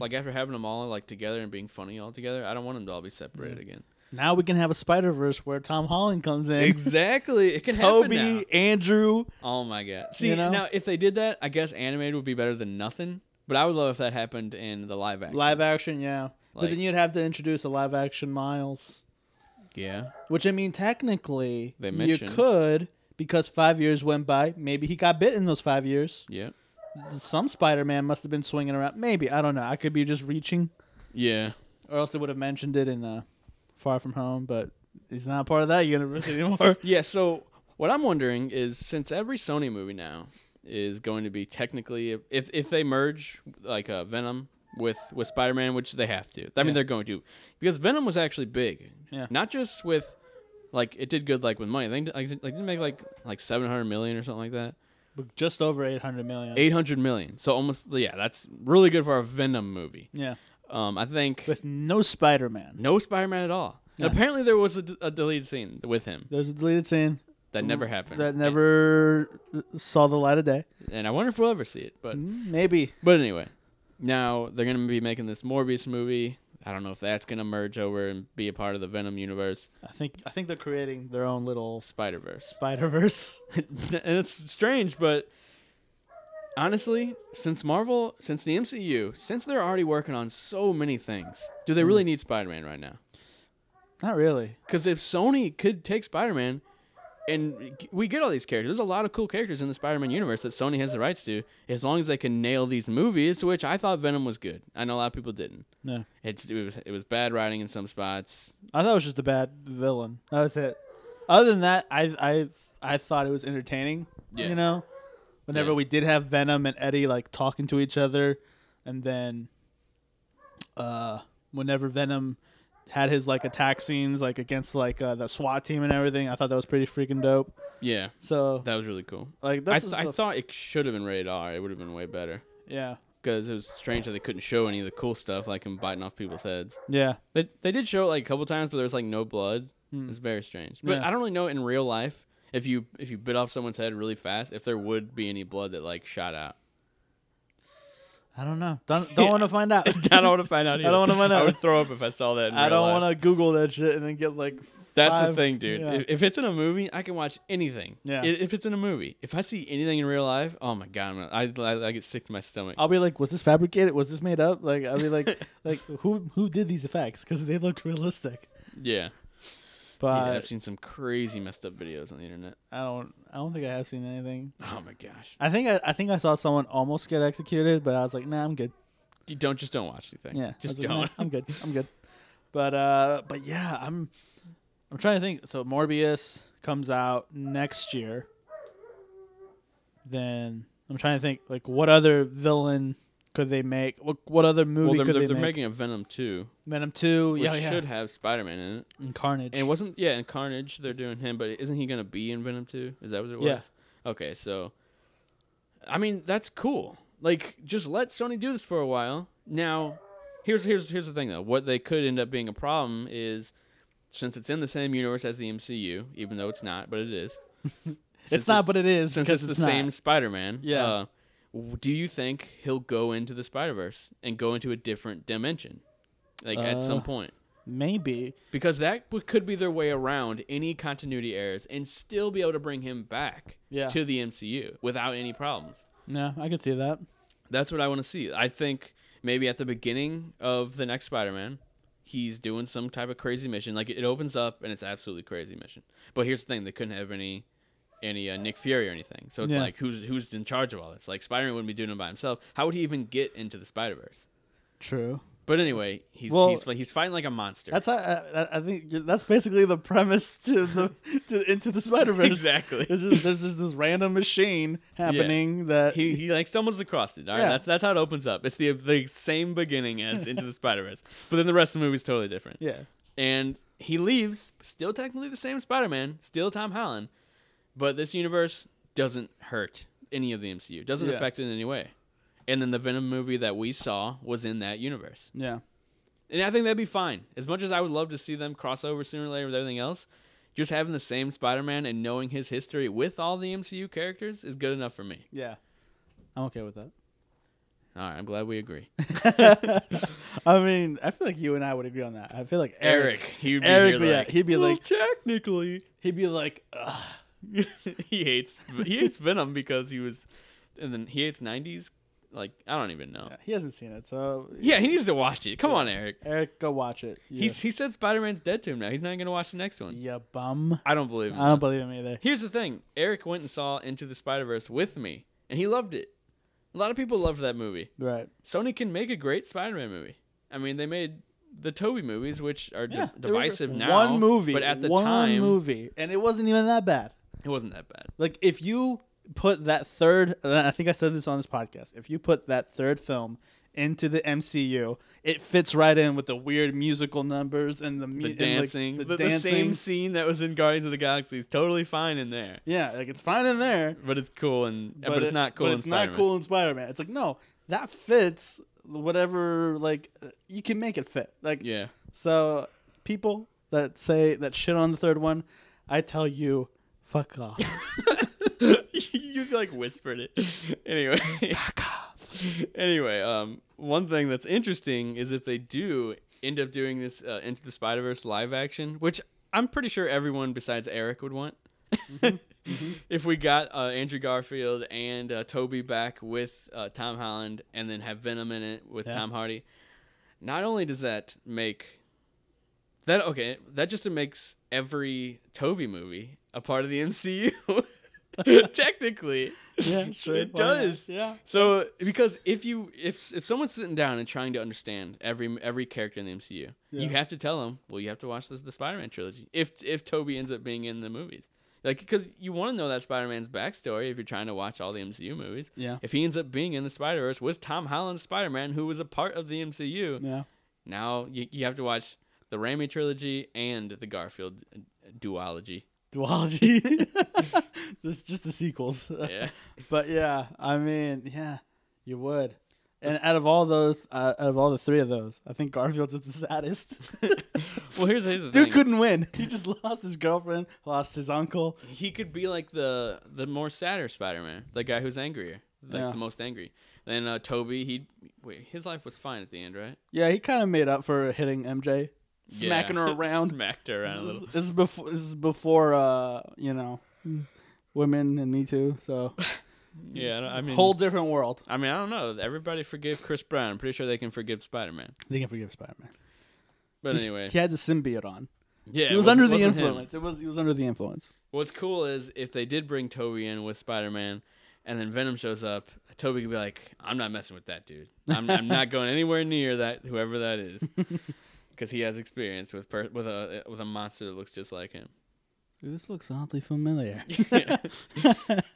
Speaker 2: like after having them all like together and being funny all together i don't want them to all be separated again
Speaker 3: Now we can have a Spider Verse where Tom Holland comes in,
Speaker 2: exactly it can happen now.
Speaker 3: Toby, Andrew.
Speaker 2: Oh my god! See
Speaker 3: You know?
Speaker 2: now, if they did that, I guess animated would be better than nothing. But I would love if that happened in the live action.
Speaker 3: Live action, yeah. but
Speaker 2: Like-
Speaker 3: then you'd have to introduce a live action Miles,
Speaker 2: yeah,
Speaker 3: which I mean, technically,
Speaker 2: They
Speaker 3: you
Speaker 2: mentioned-
Speaker 3: could because five years went by. Maybe he got bit in those five years.
Speaker 2: yeah,
Speaker 3: Some Spider Man must have been swinging around. Maybe I don't know. I could be just reaching,
Speaker 2: yeah.
Speaker 3: or else they would have mentioned it in uh, Far From Home. But he's not part of that universe anymore.
Speaker 2: Yeah, so what I'm wondering is since every Sony movie now is going to be technically if if they merge like uh, Venom with with Spider-Man, which they have to. I
Speaker 3: Yeah.
Speaker 2: mean they're going to because Venom was actually big.
Speaker 3: Yeah.
Speaker 2: Not just with like it did good like with money. They didn't- like, like didn't make like like 700 million or something like that.
Speaker 3: But just over eight hundred million.
Speaker 2: 800 million. So almost yeah, that's really good for a Venom movie.
Speaker 3: Yeah,
Speaker 2: Um I think
Speaker 3: with no Spider Man.
Speaker 2: no Spider-Man at all. And
Speaker 3: Yeah.
Speaker 2: apparently there was a, d- a deleted scene with him
Speaker 3: There's a deleted scene
Speaker 2: that never happened.
Speaker 3: Mm-hmm. that never saw the light of day.
Speaker 2: and, and I wonder if we'll ever see it, but
Speaker 3: Mm. Maybe.
Speaker 2: But anyway, now they're gonna be making this Morbius movie. I don't know if that's gonna merge over and be a part of the Venom universe,
Speaker 3: I think I think they're creating their own little
Speaker 2: Spider Verse,
Speaker 3: Spider Verse.
Speaker 2: and it's strange, but honestly, since Marvel, since the MCU, since they're already working on so many things, do they really need Spider Man right now?
Speaker 3: Not really.
Speaker 2: Because if Sony could take Spider Man, and we get all these characters, there's a lot of cool characters in the Spider Man universe that Sony has the rights to, as long as they can nail these movies. Which I thought Venom was good. I know a lot of people didn't.
Speaker 3: No.
Speaker 2: It's it was it was bad writing in some spots.
Speaker 3: I thought it was just a bad villain. That was it. Other than that, I I I thought it was entertaining.
Speaker 2: Yeah.
Speaker 3: You know, whenever
Speaker 2: Yeah.
Speaker 3: we did have Venom and Eddie like talking to each other, and then, uh, whenever Venom had his like attack scenes like against like uh, the SWAT team and everything, I thought that was pretty freaking dope.
Speaker 2: Yeah,
Speaker 3: So
Speaker 2: that was really cool.
Speaker 3: like
Speaker 2: I,
Speaker 3: this
Speaker 2: th-
Speaker 3: is
Speaker 2: I
Speaker 3: the-
Speaker 2: thought it should have been rated R. It would have been way better
Speaker 3: yeah
Speaker 2: because it was strange that they couldn't show any of the cool stuff, like him biting off people's heads.
Speaker 3: yeah
Speaker 2: They they did show it like a couple times, but there was like no blood. It was very strange. But
Speaker 3: Hmm. Yeah.
Speaker 2: I don't really know in real life if you if you bit off someone's head really fast if there would be any blood that like shot out.
Speaker 3: I don't know don't don't want to find out.
Speaker 2: I don't want to find out.
Speaker 3: I don't wanna find
Speaker 2: I
Speaker 3: out.
Speaker 2: would throw up if I saw that. In
Speaker 3: I don't want to Google that shit and then get like.
Speaker 2: That's the
Speaker 3: five-
Speaker 2: thing, dude.
Speaker 3: yeah.
Speaker 2: If, if it's in a movie, I can watch anything.
Speaker 3: Yeah.
Speaker 2: I- If it's in a movie, if I see anything in real life, oh my god, I'm gonna, I, I I get sick to my stomach.
Speaker 3: I'll be like, was this fabricated? Was this made up? Like, I'll be like, like who who did these effects? Because they look realistic.
Speaker 2: yeah. yeah. I've
Speaker 3: But
Speaker 2: seen some crazy messed up videos on the internet.
Speaker 3: I don't, I don't think I have seen anything.
Speaker 2: Oh my gosh.
Speaker 3: I think I, I think I saw someone almost get executed, but I was like, nah, I'm good.
Speaker 2: You don't just don't watch anything.
Speaker 3: Yeah, I
Speaker 2: Just
Speaker 3: was like, nah,
Speaker 2: don't.
Speaker 3: I'm good. I'm good. But uh, but yeah, I'm, I'm trying to think. So Morbius comes out next year. Then I'm trying to think like what other villain could they make? What what other movie
Speaker 2: well, they're,
Speaker 3: could
Speaker 2: they're,
Speaker 3: they
Speaker 2: they're
Speaker 3: make?
Speaker 2: making a Venom 2,
Speaker 3: Venom two,
Speaker 2: which
Speaker 3: yeah, yeah,
Speaker 2: should have Spider-Man in it.
Speaker 3: and Carnage.
Speaker 2: And it wasn't yeah, in Carnage they're doing him, but isn't he gonna be in Venom 2? Is that what it was?
Speaker 3: Yeah.
Speaker 2: Okay, so I mean that's cool. Like just let Sony do this for a while. Now, here's here's here's the thing though. What they could end up being a problem is since it's in the same universe as the MCU, even though it's not, but it is.
Speaker 3: it's not, but it is
Speaker 2: since
Speaker 3: because
Speaker 2: it's the
Speaker 3: not.
Speaker 2: same Spider-Man.
Speaker 3: Yeah.
Speaker 2: Uh, w- do you think he'll go into the Spider-Verse and go into a different dimension, like at some
Speaker 3: Uh,
Speaker 2: point?
Speaker 3: Maybe
Speaker 2: because that w- could be their way around any continuity errors and still be able to bring him back
Speaker 3: Yeah.
Speaker 2: to the MCU without any problems.
Speaker 3: no, I could see that.
Speaker 2: That's what I want to see. I think maybe at the beginning of the next Spider-Man, he's doing some type of crazy mission. Like it opens up and it's absolutely crazy mission. But here's the thing: they couldn't have any any uh, Nick Fury or anything. So it's
Speaker 3: Yeah.
Speaker 2: like who's who's in charge of all this? Like Spider-Man wouldn't be doing it by himself. How would he even get into the Spider-Verse?
Speaker 3: True.
Speaker 2: But anyway, he's
Speaker 3: Well,
Speaker 2: he's like he's fighting like a monster.
Speaker 3: That's how, I, I- I think that's basically the premise to the to, into the Spider Verse.
Speaker 2: Exactly.
Speaker 3: There's just, there's just this random machine happening that
Speaker 2: he he like stumbles across it. All right,
Speaker 3: Yeah.
Speaker 2: that's that's how it opens up. It's the the same beginning as Into the Spider Verse, but then the rest of the movie's totally different.
Speaker 3: yeah.
Speaker 2: And he leaves, still technically the same Spider Man, still Tom Holland, but this universe doesn't hurt any of the MCU. Doesn't
Speaker 3: Yeah.
Speaker 2: affect it in any way. And then the Venom movie that we saw was in that universe.
Speaker 3: Yeah.
Speaker 2: And I think that'd be fine. As much as I would love to see them cross over sooner or later with everything else, just having the same Spider Man and knowing his history with all the MCU characters is good enough for me.
Speaker 3: Yeah. I'm okay with that.
Speaker 2: All right, I'm glad we agree.
Speaker 3: I mean, I feel like you and I would agree on that. I feel like Eric.
Speaker 2: Eric, he'd be
Speaker 3: Eric,
Speaker 2: here
Speaker 3: yeah,
Speaker 2: like,
Speaker 3: he'd be
Speaker 2: "Well,
Speaker 3: like-
Speaker 2: technically,
Speaker 3: He'd be like, Ugh.
Speaker 2: he hates he hates Venom because he was, and then he hates '90s. Like I don't even know.
Speaker 3: he hasn't seen it, so
Speaker 2: Yeah, he needs to watch it. Come on, Eric.
Speaker 3: Eric, go watch it. You,
Speaker 2: He's he said Spider Man's dead to him now. He's not gonna watch the next one.
Speaker 3: you bum.
Speaker 2: I don't believe him.
Speaker 3: I don't believe him either.
Speaker 2: Here's the thing: Eric went and saw Into the Spider Verse with me, and he loved it. A lot of people loved that movie.
Speaker 3: Right.
Speaker 2: Sony can make a great Spider Man movie. I mean, they made the Toby movies, which are de-
Speaker 3: Yeah, they were
Speaker 2: divisive
Speaker 3: good.
Speaker 2: now.
Speaker 3: One movie,
Speaker 2: but at the
Speaker 3: one
Speaker 2: time,
Speaker 3: movie, and it wasn't even that bad.
Speaker 2: it wasn't that bad.
Speaker 3: Like if you put that third, and I think I said this on this podcast. If you put that third film into the MCU, it fits right in with the weird musical numbers and the, mu-
Speaker 2: the
Speaker 3: and, like,
Speaker 2: dancing, the, the same scene that was in Guardians of the Galaxy is totally fine in there,
Speaker 3: Yeah, like it's fine in there,
Speaker 2: but it's cool and but, it's
Speaker 3: it-
Speaker 2: not cool.
Speaker 3: But
Speaker 2: in
Speaker 3: it's
Speaker 2: Spider-Man.
Speaker 3: not cool in Spider Man. It's like no, that fits whatever. Like you can make it fit. Like
Speaker 2: Yeah,
Speaker 3: So people that say that shit on the third one, I tell you, fuck off.
Speaker 2: you like whispered it. Anyway, anyway, um, one thing that's interesting is if they do end up doing this uh, Into the Spider Verse live action, which I'm pretty sure everyone besides Eric would want.
Speaker 3: Mm-hmm.
Speaker 2: If we got uh, Andrew Garfield and uh, Toby back with uh, Tom Holland, and then have Venom in it with
Speaker 3: Yeah.
Speaker 2: Tom Hardy, not only does that make that okay, that just makes every Toby movie a part of the MCU. Technically,
Speaker 3: yeah, sure.
Speaker 2: It
Speaker 3: why not?
Speaker 2: does.
Speaker 3: Yeah.
Speaker 2: so because if you if if someone's sitting down and trying to understand every every character in the MCU,
Speaker 3: Yeah.
Speaker 2: you have to tell them, well, you have to watch this the Spider-Man trilogy. If if Toby ends up being in the movies, like because you want to know that Spider-Man's backstory if you're trying to watch all the MCU movies.
Speaker 3: Yeah.
Speaker 2: If he ends up being in the Spider Verse with Tom Holland's Spider Man, who was a part of the MCU,
Speaker 3: Yeah.
Speaker 2: now you, you have to watch the Raimi trilogy and the Garfield uh, duology.
Speaker 3: Duology. this just the sequels.
Speaker 2: Yeah.
Speaker 3: But yeah, I mean, yeah, you would. And out of all those, uh, out of all the three of those, I think Garfield's is the saddest.
Speaker 2: well, here's, here's the
Speaker 3: Dude
Speaker 2: thing.
Speaker 3: couldn't win. He just lost his girlfriend, lost his uncle.
Speaker 2: he could be like the the more sadder Spider-Man, the guy who's angrier, like
Speaker 3: Yeah.
Speaker 2: the most angry. Then uh, Toby, he wait, his life was fine at the end, right?
Speaker 3: Yeah, he kind of made up for hitting MJ, smacking
Speaker 2: Yeah.
Speaker 3: her around.
Speaker 2: smacked her around a
Speaker 3: this, is,
Speaker 2: little.
Speaker 3: this is before this is before uh you know women and me too so
Speaker 2: Yeah, I don't- I mean,
Speaker 3: whole different world
Speaker 2: I mean, I don't know. Everybody forgave Chris Brown. I'm pretty sure they can forgive Spider-Man.
Speaker 3: they can forgive spider-man
Speaker 2: But anyway,
Speaker 3: he had the symbiote on
Speaker 2: yeah,
Speaker 3: he was, under the
Speaker 2: wasn't him.
Speaker 3: influence it was he was under the influence
Speaker 2: What's cool is if they did bring Toby in with Spider Man, and then Venom shows up, Toby could be like, "I'm not messing with that dude. I'm, I'm not going anywhere near that whoever that is, because he has experience with per- with a with a monster that looks just like him."
Speaker 3: Dude, this looks oddly familiar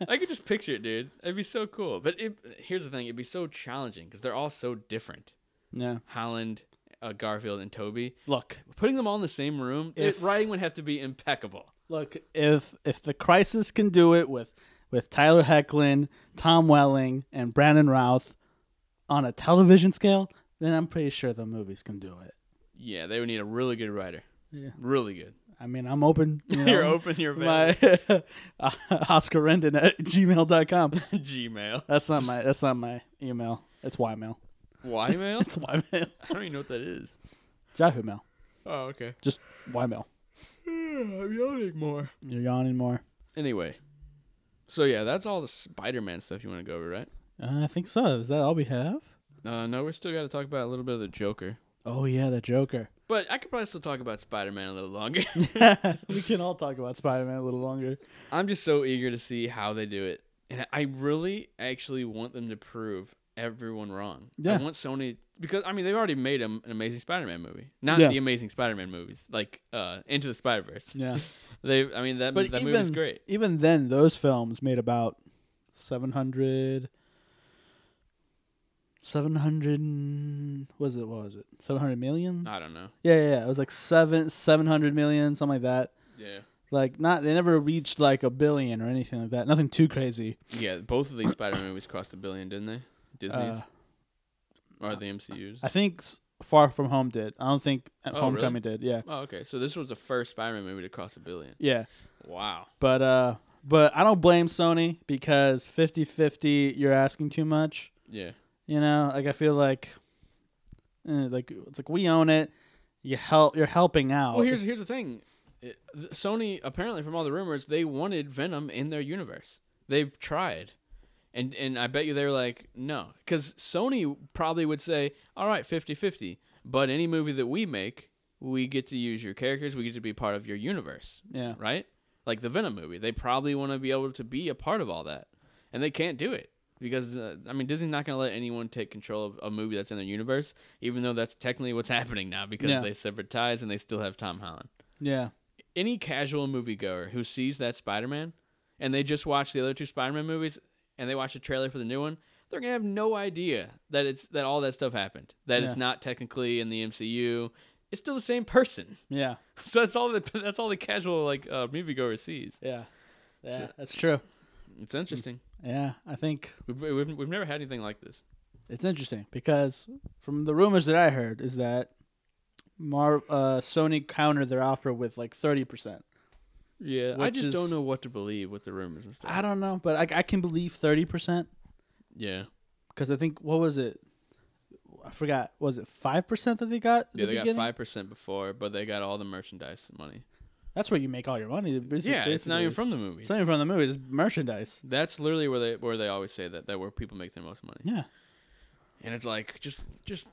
Speaker 2: I could just picture it, dude. It'd be so cool. But it, here's the thing: it'd be so challenging because they're all so different.
Speaker 3: yeah
Speaker 2: Holland, uh, Garfield, and Toby.
Speaker 3: look
Speaker 2: Putting them all in the same room, the
Speaker 3: If-
Speaker 2: writing would have to be impeccable.
Speaker 3: look if if the crisis can do it with with tyler hecklin tom welling and brandon routh on a television scale then i'm pretty sure the movies can do it
Speaker 2: Yeah, they would need a really good writer.
Speaker 3: Yeah.
Speaker 2: Really good.
Speaker 3: i mean i'm open you
Speaker 2: You're
Speaker 3: know?
Speaker 2: open. You're available.
Speaker 3: Um, my uh, Oscar Rendon at gmail.com.
Speaker 2: Gmail.
Speaker 3: That's not my that's not my email. It's Ymail.
Speaker 2: Why mail?
Speaker 3: It's Ymail.
Speaker 2: I don't even know what that is.
Speaker 3: Yahoo Mail.
Speaker 2: Oh, okay.
Speaker 3: Just Ymail.
Speaker 2: I'm yawning more.
Speaker 3: You're yawning more.
Speaker 2: Anyway, so yeah, that's all the Spider-Man stuff you want to go over, right?
Speaker 3: Uh, I think so. Is that all we have?
Speaker 2: Uh, no, we're still got to talk about a little bit of the Joker,
Speaker 3: Oh yeah, the Joker.
Speaker 2: but I could probably still talk about Spider-Man a little longer.
Speaker 3: we can all talk about Spider Man a little longer.
Speaker 2: I'm just so eager to see how they do it, and I really actually want them to prove everyone wrong.
Speaker 3: Yeah.
Speaker 2: I want Sony because I mean they've already made a, an amazing Spider-Man movie, not
Speaker 3: Yeah.
Speaker 2: the amazing Spider-Man movies, like uh, Into the Spider Verse.
Speaker 3: Yeah.
Speaker 2: They, I mean that
Speaker 3: But
Speaker 2: that
Speaker 3: even,
Speaker 2: movie's great.
Speaker 3: Even then, those films made about 700. 700 was it what was it 700 million
Speaker 2: I don't know.
Speaker 3: yeah, yeah yeah it was like 7 700 million something like that
Speaker 2: Yeah.
Speaker 3: like not they never reached like a billion or anything like that nothing too crazy
Speaker 2: Yeah, both of these Spider-Man movies cost a billion, didn't they? Disney's
Speaker 3: Uh,
Speaker 2: or the MCU's.
Speaker 3: i think s- far from home did i don't think
Speaker 2: really?
Speaker 3: homecoming did yeah
Speaker 2: oh, okay. So this was the first Spider-Man movie to cost a billion.
Speaker 3: yeah
Speaker 2: Wow.
Speaker 3: but uh but i don't blame sony because 50-50 you're asking too much
Speaker 2: Yeah.
Speaker 3: You know, like I feel like, eh, like it's like we own it. You help. You're helping out.
Speaker 2: Well, here's here's the thing. It- th- Sony apparently, from all the rumors, they wanted Venom in their universe. They've tried, and and I bet you they were like, no, because Sony probably would say, all right, 50-50, But any movie that we make, we get to use your characters. We get to be part of your universe,
Speaker 3: yeah.
Speaker 2: right? Like the Venom movie, they probably want to be able to be a part of all that, and they can't do it because uh, I mean Disney's not going to let anyone take control of a movie that's in their universe, even though that's technically what's happening now because
Speaker 3: Yeah.
Speaker 2: they severed ties and they still have Tom Holland.
Speaker 3: Yeah.
Speaker 2: Any casual moviegoer who sees that Spider-Man and they just watch the other two Spider-Man movies and they watch a trailer for the new one, they're going to have no idea that it's that all that stuff happened. That it's
Speaker 3: Yeah.
Speaker 2: not technically in the MCU. It's still the same person.
Speaker 3: Yeah.
Speaker 2: So that's all that that's all the casual like uh, moviegoer sees.
Speaker 3: Yeah. Yeah.
Speaker 2: So-
Speaker 3: that's true.
Speaker 2: It's interesting.
Speaker 3: Yeah, I think
Speaker 2: We've, we've, we've never had anything like this.
Speaker 3: it's interesting because from the rumors that I heard is that Mar uh, Sony countered their offer with like thirty percent.
Speaker 2: Yeah, I
Speaker 3: Which
Speaker 2: just
Speaker 3: is-
Speaker 2: don't know what to believe with the rumors and stuff.
Speaker 3: I don't know, but I, I can believe thirty percent
Speaker 2: yeah,
Speaker 3: because I think what was it? I forgot. Was it five percent that they got? at
Speaker 2: yeah,
Speaker 3: the
Speaker 2: they
Speaker 3: beginning?
Speaker 2: got five percent before, but they got all the merchandise money.
Speaker 3: That's where you make all your money. basi-
Speaker 2: yeah, it's not
Speaker 3: basically.
Speaker 2: even from the movies.
Speaker 3: It's not even from the movie. It's merchandise.
Speaker 2: That's literally where they where they always say that that where people make their most money.
Speaker 3: Yeah.
Speaker 2: And it's like just just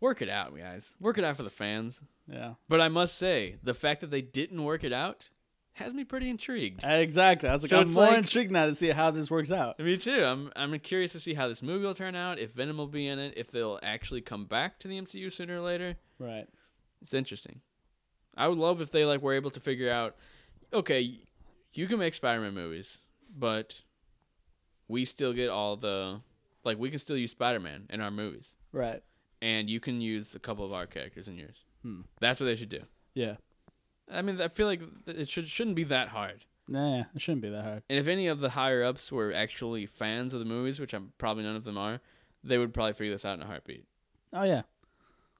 Speaker 2: work it out, guys. Work it out for the fans.
Speaker 3: Yeah.
Speaker 2: But I must say, the fact that they didn't work it out has me pretty intrigued.
Speaker 3: Exactly. I was like,
Speaker 2: So
Speaker 3: I'm
Speaker 2: it's
Speaker 3: more
Speaker 2: like-
Speaker 3: intrigued now to see how this works out.
Speaker 2: Me too. I'm I'm curious to see how this movie will turn out. If Venom will be in it. If they'll actually come back to the MCU sooner or later.
Speaker 3: Right.
Speaker 2: It's interesting. I would love if they like were able to figure out, okay, you can make Spider-Man movies, but we still get all the like we can still use Spider-Man in our movies,
Speaker 3: Right.
Speaker 2: and you can use a couple of our characters in yours.
Speaker 3: Hmm.
Speaker 2: That's what they should do.
Speaker 3: Yeah.
Speaker 2: I mean, I feel like th- it should shouldn't be that hard.
Speaker 3: Nah, yeah, it shouldn't be that hard.
Speaker 2: And if any of the higher ups were actually fans of the movies, which I'm probably none of them are, they would probably figure this out in a heartbeat.
Speaker 3: Oh yeah.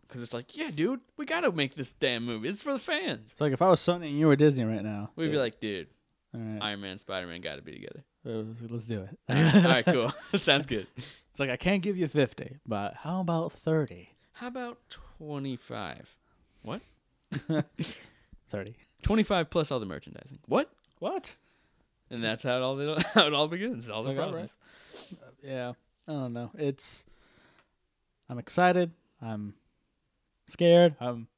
Speaker 2: Because it's like, yeah, dude, we gotta make this damn movie. It's for the fans.
Speaker 3: It's like if I was Sony and you were Disney right now.
Speaker 2: We'd be like, dude,
Speaker 3: all right,
Speaker 2: Iron Man, Spider Man got to be together.
Speaker 3: let's do it.
Speaker 2: All right, all right, cool. Sounds good.
Speaker 3: It's like I can't give you fifty, but how about 30?
Speaker 2: How about 25?
Speaker 3: 30.
Speaker 2: 25 plus all the merchandising. What?
Speaker 3: What?
Speaker 2: And that's how it all how it all begins. All
Speaker 3: It's
Speaker 2: the
Speaker 3: like, all
Speaker 2: problems.
Speaker 3: Yeah. I don't know. It's. I'm excited. I'm scared. I'm.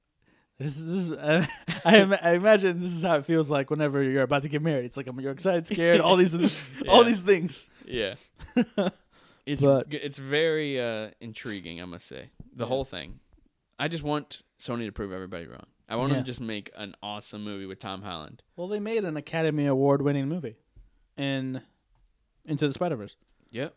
Speaker 3: This is this. Is, I, I, I imagine this is how it feels like whenever you're about to get married. It's like I'm, you're excited, scared, all these, all
Speaker 2: Yeah.
Speaker 3: these things.
Speaker 2: Yeah. it's
Speaker 3: But-
Speaker 2: g it's very uh, intriguing, I must say. The
Speaker 3: Yeah.
Speaker 2: whole thing. I just want Sony to prove everybody wrong. I want them
Speaker 3: Yeah.
Speaker 2: to just make an awesome movie with Tom Holland.
Speaker 3: Well, they made an Academy Award-winning movie, in Into the Spider Verse.
Speaker 2: Yep.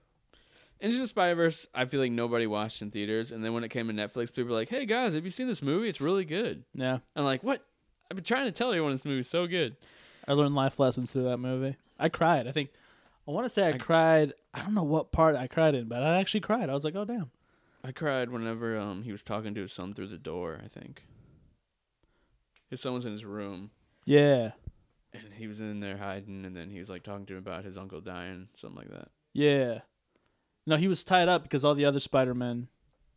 Speaker 2: Into the Spider Verse, I feel like nobody watched in theaters, and then when it came to Netflix, people were like, "Hey guys, have you seen this movie? It's really good."
Speaker 3: Yeah,
Speaker 2: I'm like, "What? I've been trying to tell everyone this movie's so good."
Speaker 3: I learned life lessons through that movie. I cried. I think I want to say I,
Speaker 2: I-
Speaker 3: cried. I don't know what part I cried in, but I actually cried. I was like, oh damn.
Speaker 2: I cried whenever um he was talking to his son through the door. I think his son was in his room
Speaker 3: Yeah,
Speaker 2: and he was in there hiding, and then he was like talking to him about his uncle dying, something like that.
Speaker 3: yeah. No, he was tied up because all the other Spider Men,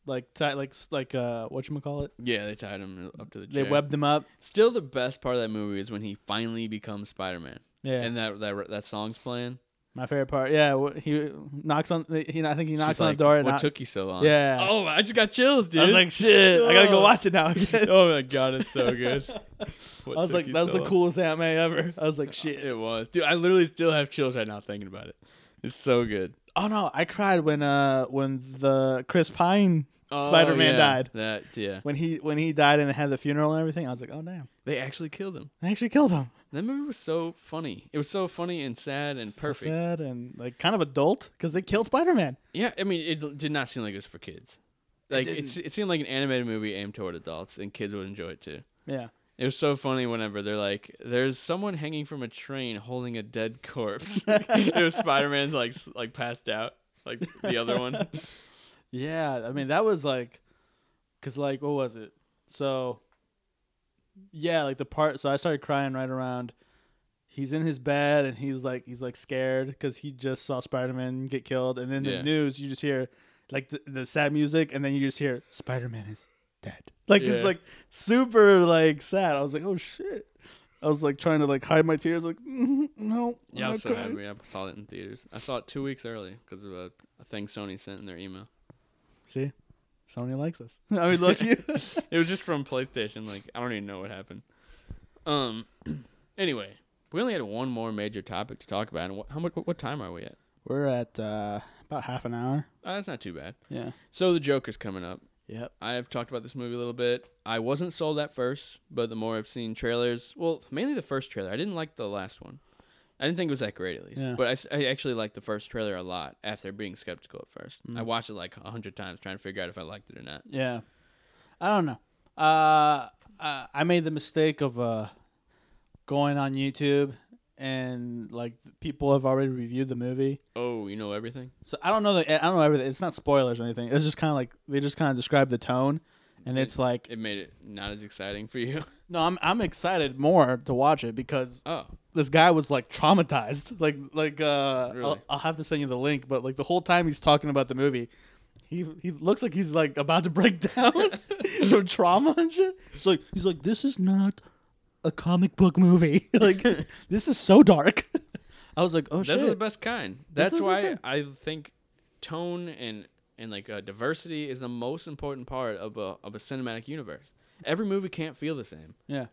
Speaker 3: like tied, like s- like uh, what you call it?
Speaker 2: Yeah, they tied him up to the.
Speaker 3: They
Speaker 2: chair.
Speaker 3: webbed him up.
Speaker 2: Still, the best part of that movie is when he finally becomes Spider Man,
Speaker 3: Yeah,
Speaker 2: and that that that song's playing.
Speaker 3: my favorite part. Yeah, wh- he knocks on. He, I think he knocks
Speaker 2: She's
Speaker 3: on
Speaker 2: like,
Speaker 3: the door. And
Speaker 2: What
Speaker 3: I,
Speaker 2: took you so long?
Speaker 3: yeah,
Speaker 2: Oh, I just got chills, dude. Oh.
Speaker 3: I was like, shit, I gotta go
Speaker 2: Ugh.
Speaker 3: watch it now.
Speaker 2: oh my god, it's so good. What
Speaker 3: I was
Speaker 2: took
Speaker 3: like,
Speaker 2: you
Speaker 3: that was
Speaker 2: so
Speaker 3: the
Speaker 2: long? Oh,
Speaker 3: coolest anime ever. I was like, shit.
Speaker 2: It was, dude. I literally still have chills right now thinking about it. It's so good.
Speaker 3: Oh no, I cried when uh when the Chris Pine
Speaker 2: Oh,
Speaker 3: Spider-Man
Speaker 2: yeah,
Speaker 3: died.
Speaker 2: That yeah,
Speaker 3: when he when he died and they had the funeral and everything. I was like, oh damn,
Speaker 2: they actually killed him.
Speaker 3: they actually killed him.
Speaker 2: That movie was so funny. It was so funny and sad and perfect.
Speaker 3: Sad and like kind of adult because they killed Spider Man.
Speaker 2: Yeah, I mean, it l- did not seem like it was for kids. Like it,
Speaker 3: didn't.
Speaker 2: s- it seemed like an animated movie aimed toward adults, and kids would enjoy it too.
Speaker 3: Yeah.
Speaker 2: It was so funny whenever they're like, "There's someone hanging from a train holding a dead corpse." it was Spider Man's like s- like passed out, like the other one.
Speaker 3: Yeah, I mean that was like, cause like what was it? So, yeah, like the part. So I started crying right around. He's in his bed and he's like he's like scared because he just saw Spider Man get killed, and then the
Speaker 2: Yeah.
Speaker 3: news you just hear like the, the sad music, and then you just hear Spider Man is dead. Like it's
Speaker 2: Yeah.
Speaker 3: like super like sad. I was like, oh shit. I was like trying to like hide my tears, like "Mm, no. I'm
Speaker 2: Yeah, I
Speaker 3: not
Speaker 2: was so
Speaker 3: crying."
Speaker 2: happy. I saw it in theaters. I saw it two weeks early because of a, a thing Sony sent in their email.
Speaker 3: See, Sony likes us. I mean, looks you.
Speaker 2: It was just from PlayStation. Like I don't even know what happened. Um. Anyway, we only had one more major topic to talk about. And what, how much? What, what time are we at?
Speaker 3: We're at uh, about half an hour.
Speaker 2: Oh, that's not too bad.
Speaker 3: Yeah.
Speaker 2: So the Joker's coming up.
Speaker 3: Yep.
Speaker 2: I have talked about this movie a little bit. I wasn't sold at first, but the more I've seen trailers, well, mainly the first trailer. I didn't like the last one. I didn't think it was that great, at least.
Speaker 3: Yeah.
Speaker 2: But I s- I, actually liked the first trailer a lot after being skeptical at first.
Speaker 3: Mm.
Speaker 2: I watched it like a hundred times trying to figure out if I liked it or not.
Speaker 3: Yeah. I don't know. Uh, uh, I made the mistake of uh, going on YouTube and like th- people have already reviewed the movie.
Speaker 2: Oh, you know everything?
Speaker 3: So I don't know the I don't know everything. It's not spoilers or anything. It's just kind of like they just kind of describe the tone, and it's like
Speaker 2: It made it not as exciting for you.
Speaker 3: no, I'm I'm excited more to watch it because
Speaker 2: oh,
Speaker 3: this guy was like traumatized. Like like uh I'll,
Speaker 2: Really?
Speaker 3: I'll have to send you the link, but like the whole time he's talking about the movie, he he looks like he's like about to break down from trauma and shit. It's like he's like this is not a comic book movie. like this is so dark. I was like, "Oh
Speaker 2: those are the
Speaker 3: shit."
Speaker 2: best kind.
Speaker 3: Those
Speaker 2: That's
Speaker 3: are the
Speaker 2: why
Speaker 3: best kind.
Speaker 2: I think tone and and like uh, diversity is the most important part of a of a cinematic universe. Every movie can't feel the same.
Speaker 3: yeah.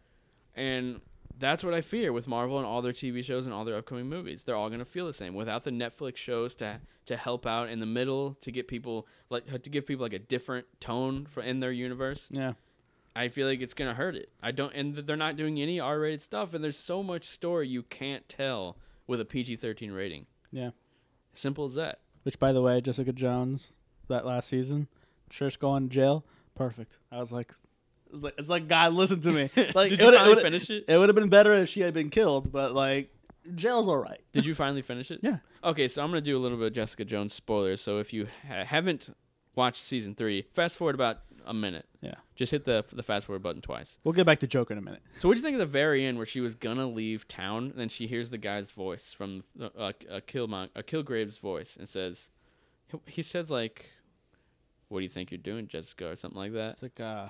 Speaker 2: And that's what I fear with Marvel and all their TV shows and all their upcoming movies. They're all going to feel the same without the Netflix shows to to help out in the middle to get people like to give people like a different tone for in their universe.
Speaker 3: Yeah.
Speaker 2: I feel like it's going to hurt it. I don't and th- they're not doing any R-rated stuff and there's so much story you can't tell with a PG-13 rating.
Speaker 3: Yeah.
Speaker 2: Simple as that.
Speaker 3: Which by the way, Jessica Jones that last season, Trish going to jail, perfect. I was like it's like it's like God listen to me. Like it
Speaker 2: Did you
Speaker 3: would- it
Speaker 2: finally
Speaker 3: would-
Speaker 2: finish it?
Speaker 3: It would have been better if she had been killed, but like jail's all right.
Speaker 2: Did you finally finish it?
Speaker 3: Yeah.
Speaker 2: Okay, so I'm gonna do a little bit of Jessica Jones spoilers. So if you ha- haven't watched season three, fast forward about a minute.
Speaker 3: Yeah.
Speaker 2: Just hit the the fast forward button twice.
Speaker 3: We'll get back to Joker in a minute.
Speaker 2: So what do you think of the very end where she was gonna leave town and then she hears the guy's voice from uh, uh, a Killmon- a Killgrave's voice and says, he says like, "What do you think you're doing, Jessica?" or something like that.
Speaker 3: It's like uh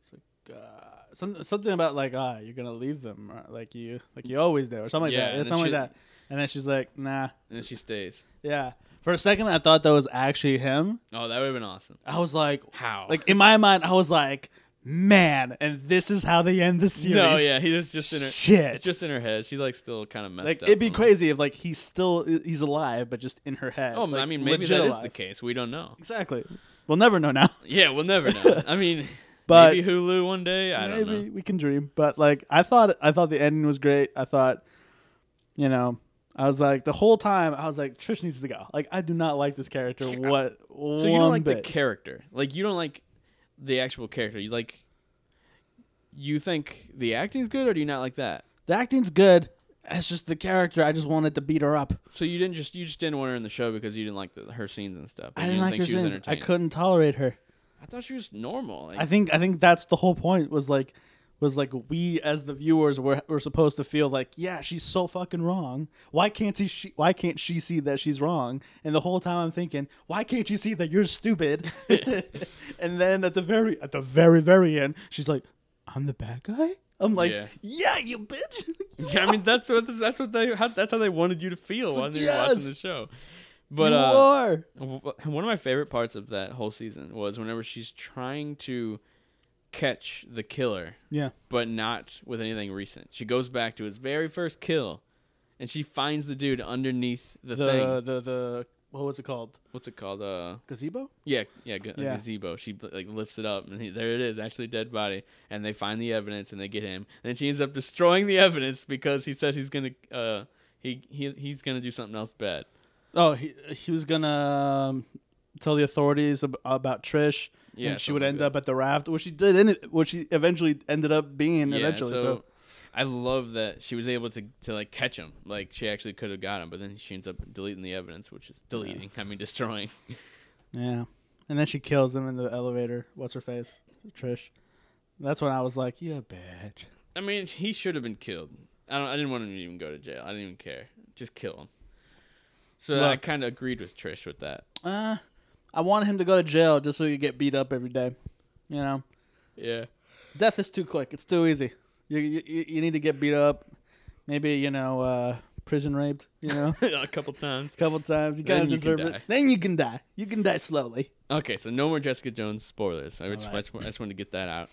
Speaker 3: it's like uh some, something about like ah you're gonna leave them or, like you like you always do or something
Speaker 2: Yeah,
Speaker 3: like that.
Speaker 2: and
Speaker 3: It's something
Speaker 2: then
Speaker 3: like that. And then she's like, nah.
Speaker 2: And then she stays.
Speaker 3: Yeah. For a second I thought that was actually him.
Speaker 2: Oh, that would have been awesome.
Speaker 3: I was like
Speaker 2: How?
Speaker 3: like in my mind I was like, man, and this is how they end the series.
Speaker 2: no, yeah, he was just in her.
Speaker 3: Shit.
Speaker 2: It's just in her head. She's like still kind of messed
Speaker 3: like
Speaker 2: up.
Speaker 3: it'd be
Speaker 2: from it.
Speaker 3: crazy if like he's still he's alive but just in her head.
Speaker 2: Oh,
Speaker 3: like,
Speaker 2: I mean, maybe
Speaker 3: legit
Speaker 2: that is the
Speaker 3: alive.
Speaker 2: case. We don't know.
Speaker 3: Exactly. We'll never know now.
Speaker 2: Yeah, we'll never know. I mean,
Speaker 3: But-
Speaker 2: maybe Hulu one day. I
Speaker 3: Maybe
Speaker 2: don't know.
Speaker 3: we can dream. But like I thought I thought the ending was great. I thought you know, I was like the whole time I was like Trish needs to go. Like I do not like this character what one
Speaker 2: So you don't like
Speaker 3: bit.
Speaker 2: the character? Like you don't like the actual character? You like? You think the acting's good, or do you not like that?
Speaker 3: the acting's good. It's just the character. I just wanted to beat her up.
Speaker 2: So you didn't just you just didn't want her in the show because you didn't like the, her scenes and stuff.
Speaker 3: I
Speaker 2: and
Speaker 3: didn't
Speaker 2: you
Speaker 3: like her
Speaker 2: think she was
Speaker 3: scenes. I
Speaker 2: entertaining.
Speaker 3: couldn't tolerate her.
Speaker 2: I thought she was normal. Like,
Speaker 3: I think I think that's the whole point was like was like we as the viewers were were supposed to feel like yeah she's so fucking wrong why can't she, she why can't she see that she's wrong and the whole time I'm thinking why can't you see that you're stupid and then at the very at the very very end she's like I'm the bad guy I'm like
Speaker 2: Yeah.
Speaker 3: yeah, you bitch
Speaker 2: yeah, I mean that's what that's what they how, that's how they wanted you to feel when you were watching
Speaker 3: yes.
Speaker 2: the show. But
Speaker 3: you
Speaker 2: uh,
Speaker 3: are
Speaker 2: W- one of my favorite parts of that whole season was whenever she's trying to catch the killer
Speaker 3: yeah
Speaker 2: but not with anything recent she goes back to his very first kill and she finds the dude underneath the,
Speaker 3: the
Speaker 2: thing
Speaker 3: the the what was it called?
Speaker 2: What's it called? Uh,
Speaker 3: Gazebo?
Speaker 2: yeah, yeah, g- a
Speaker 3: Yeah.
Speaker 2: gazebo. She like lifts it up, and he, there it is, actually a dead body. And they find the evidence, and they get him. And then she ends up destroying the evidence because he says he's gonna, uh, he he he's gonna do something else bad.
Speaker 3: Oh, he he was gonna um, tell the authorities ab- about Trish,
Speaker 2: Yeah,
Speaker 3: and she would
Speaker 2: something
Speaker 3: end
Speaker 2: like
Speaker 3: up at the raft, which she did, in it, which she eventually ended up being eventually. So,
Speaker 2: I love that she was able to to like catch him. Like she actually could have got him, but then she ends up deleting the evidence, which is deleting. I mean, destroying.
Speaker 3: yeah, and then she kills him in the elevator. What's her face? Trish. That's when I was like, yeah, bitch.
Speaker 2: I mean, he should have been killed. I don't. I didn't want him to even go to jail. I didn't even care. Just kill him. So I
Speaker 3: Look.
Speaker 2: kind of agreed with Trish with that.
Speaker 3: Uh, I wanted him to go to jail just so he could get beat up every day. You know,
Speaker 2: Yeah.
Speaker 3: death is too quick. It's too easy. You you, you you need to get beat up. Maybe you know, uh, prison raped. You know.
Speaker 2: a couple times.
Speaker 3: couple times. You
Speaker 2: Then
Speaker 3: kind of
Speaker 2: you can
Speaker 3: deserve it.
Speaker 2: die.
Speaker 3: Then you can die. You can die slowly.
Speaker 2: Okay, so no more Jessica Jones spoilers. I just,
Speaker 3: right.
Speaker 2: I just, I just wanted to get that out.